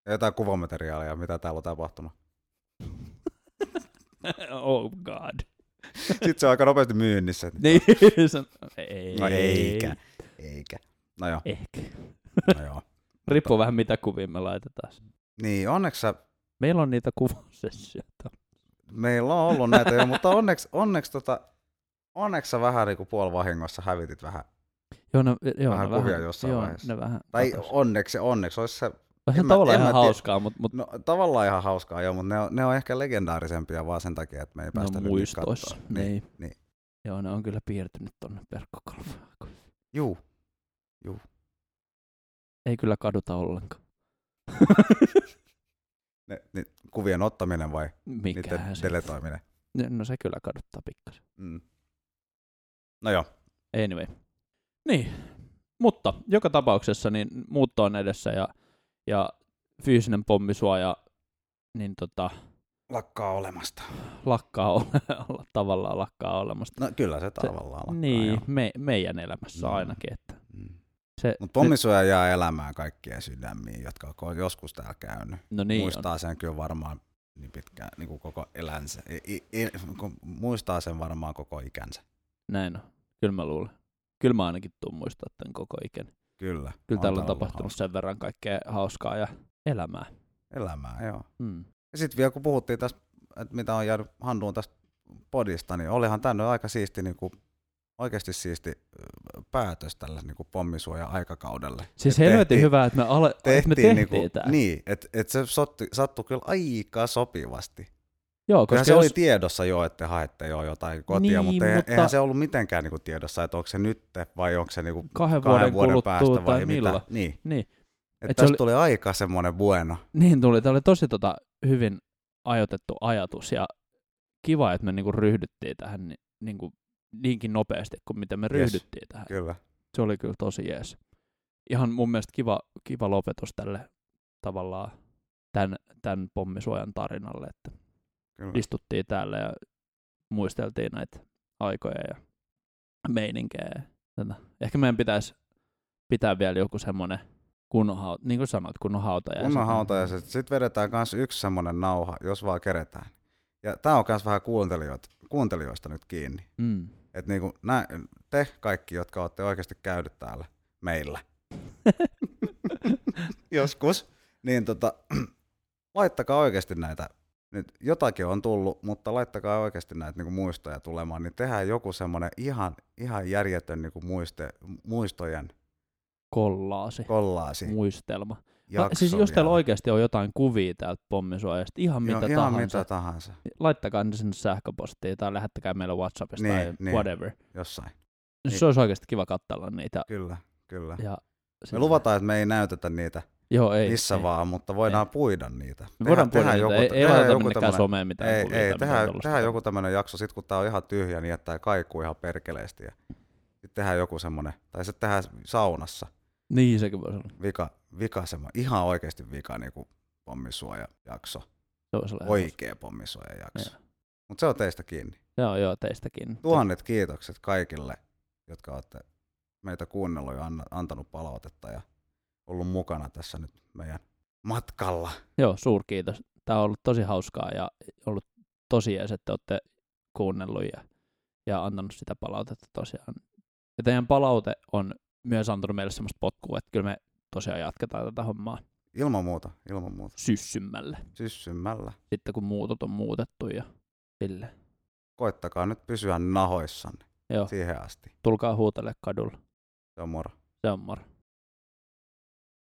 Ja jotain kuvamateriaalia, mitä täällä on tapahtunut. oh god. Sitten se on aika nopeasti myynnissä. et- Niin, se on, ei. No eikä. Eikä. No joo, Ehkä. no joo. Riippuu vähän mitä kuvia me laitetaan. Niin, onneksi sä- Meillä on niitä kuvasessioita. meillä on ollut näitä jo, mutta onneksi, onneksi, tota, onneksi sä vähän niinku puolivahingossa hävitit vähän. Joo, ne, joo, Vähän ne kuvia vähän, jossain joo, vaiheessa. Ne vähän Tai katosi. onneksi, onneksi. Olisi se Olisi en se mä- tavallaan en ihan mä tie- hauskaa, mutta mut, No tavallaan ihan hauskaa joo, mutta ne on, ne on ehkä legendaarisempia vaan sen takia, että me ei ne päästä on nyt muistoissa. niitä katsoa. No Niin, Niin. niin. Joo, ne on kyllä piirtynyt tonne verkkokalvoon. Juu, Ei kyllä kaduta ollenkaan. ne, ne, kuvien ottaminen vai Mikähän niiden se. teletoiminen. No se kyllä kaduttaa pikkasen. Mm. No joo, Anyway. Niin, mutta joka tapauksessa niin muutto on edessä ja, ja fyysinen pommisuoja niin tota, lakkaa olemasta. lakkaa ole- olla, tavallaan lakkaa olemasta. No kyllä se tavallaan lakkaa. niin, joo. me, meidän elämässä Mm. ainakin. Että Mm. se, Mutta pommisuoja jää elämään kaikkien sydämiin, jotka on joskus täällä käynyt. no Niin niin on. muistaa on. sen kyllä varmaan niin pitkään, niin kuin koko elänsä. I, i, i, kun muistaa sen varmaan koko ikänsä. Näin on. Kyllä mä luulen. Kyllä mä ainakin tuun muistaa tämän koko ikäni. Kyllä. Kyllä täällä on ollut tapahtunut sen verran kaikkea hauskaa ja elämää. hauska. Elämää, joo. Mm. Ja sitten vielä kun puhuttiin tästä, että mitä on jäänyt handuun tästä podista, niin olihan tämä nyt aika siisti, niin kuin, oikeasti siisti ö, päätös tällä niin kuin pommisuoja-aikakaudelle. Siis Et helvetin tehtiin- hyvä, että me, ale, että me tehtiin niinku- tämä. niin, että et se sotti, sattui kyllä aika sopivasti. Joo, Koska No, koska se jos, oli tiedossa jo, että haette jo jotain kotia, Niin, niin, mutta, eihän- mutta- eihän se ollut mitenkään niinku tiedossa, että onko se nyt vai onko se niinku kahden, kahden vuoden, vuoden, vuoden kuluttua päästä tai vai milloin. mitä. Niin. Niin. Et Et se tästä oli- oli... tuli aika semmoinen bueno. Niin tuli. Tämä oli tosi tota, hyvin ajoitettu ajatus ja kiva, että me niinku ryhdyttiin tähän ni- niinku, niinkin nopeasti kuin mitä me Yes. ryhdyttiin tähän. Kyllä. Se oli kyllä tosi jees. Ihan mun mielestä kiva, kiva lopetus tälle tavallaan tämän, tämän pommisuojan tarinalle, että kyllä. istuttiin täällä ja muisteltiin näitä aikoja ja meininkejä. Ja tätä. Ehkä meidän pitäisi pitää vielä joku semmoinen kunnon hauta, niin kuin sanoit, kunnon hautaja. Kunnon hautajaiset. Sitten vedetään myös yksi semmoinen nauha, jos vaan keretään. Ja tämä on myös vähän kuuntelijoita, kuuntelijoista nyt kiinni. Mm. Että niinku, nä, te kaikki, jotka olette oikeasti käynyt täällä meillä joskus, niin tota, laittakaa oikeasti näitä. Nyt jotakin on tullut, mutta laittakaa oikeasti näitä niinku muistoja tulemaan, niin tehdään joku semmoinen ihan, ihan järjetön niinku muiste, muistojen Kollaasi. kollaasi. Muistelma. Mä, jakso siis jos teillä vielä. oikeasti on jotain kuvia täältä pommisuojasta, ihan mitä Joo, tahansa, ihan mitä tahansa. niin laittakaa ne sinne sähköpostiin tai lähettäkää meille Whatsappista Niin, tai niin. whatever. Jossain. Niin. Se Niin. olisi oikeasti kiva katsella niitä. Kyllä, kyllä. Ja Me sitä- luvataan, että me ei näytetä niitä Joo, ei, ei, missä ei. ei. vaan, mutta voidaan ei. puida niitä. Me voidaan tehdä joku, ei, ei laiteta minnekään tämmönen- someen mitään ei, kuvia ei tai tehdään, mitään tollaista. tehdään joku tämmöinen jakso, sit kun tää on ihan tyhjä, niin jättää kaikuu ihan perkeleesti. Ja sit tehdään joku semmonen, tai sitten tehdään saunassa Niin sekin voisi olla. vika, vika semmo, ihan oikeasti vika niinku pommisuojajakso, Se voisi olla ihan hauska. oikea pommisuojajakso. Mutta se on teistä kiinni. Joo, joo, teistäkin. Tuhannet kiitokset kaikille, jotka olette meitä kuunnellut ja anna- antanut palautetta ja ollut mukana tässä nyt meidän matkalla. Joo, suurkiitos. Tämä on ollut tosi hauskaa ja ollut tosi jees, että olette kuunnellut ja, ja antanut sitä palautetta tosiaan. Ja teidän palaute on myös antanut meille semmoista potkua, että kyllä me tosiaan jatketaan tätä hommaa Ilman muuta, ilman muuta. syssymmälle, Syssymällä. sitten kun muutut on muutettu ja sille. Koittakaa nyt pysyä nahoissanne Joo, siihen asti. tulkaa huutele kadulla. Se on moro. Se on moro.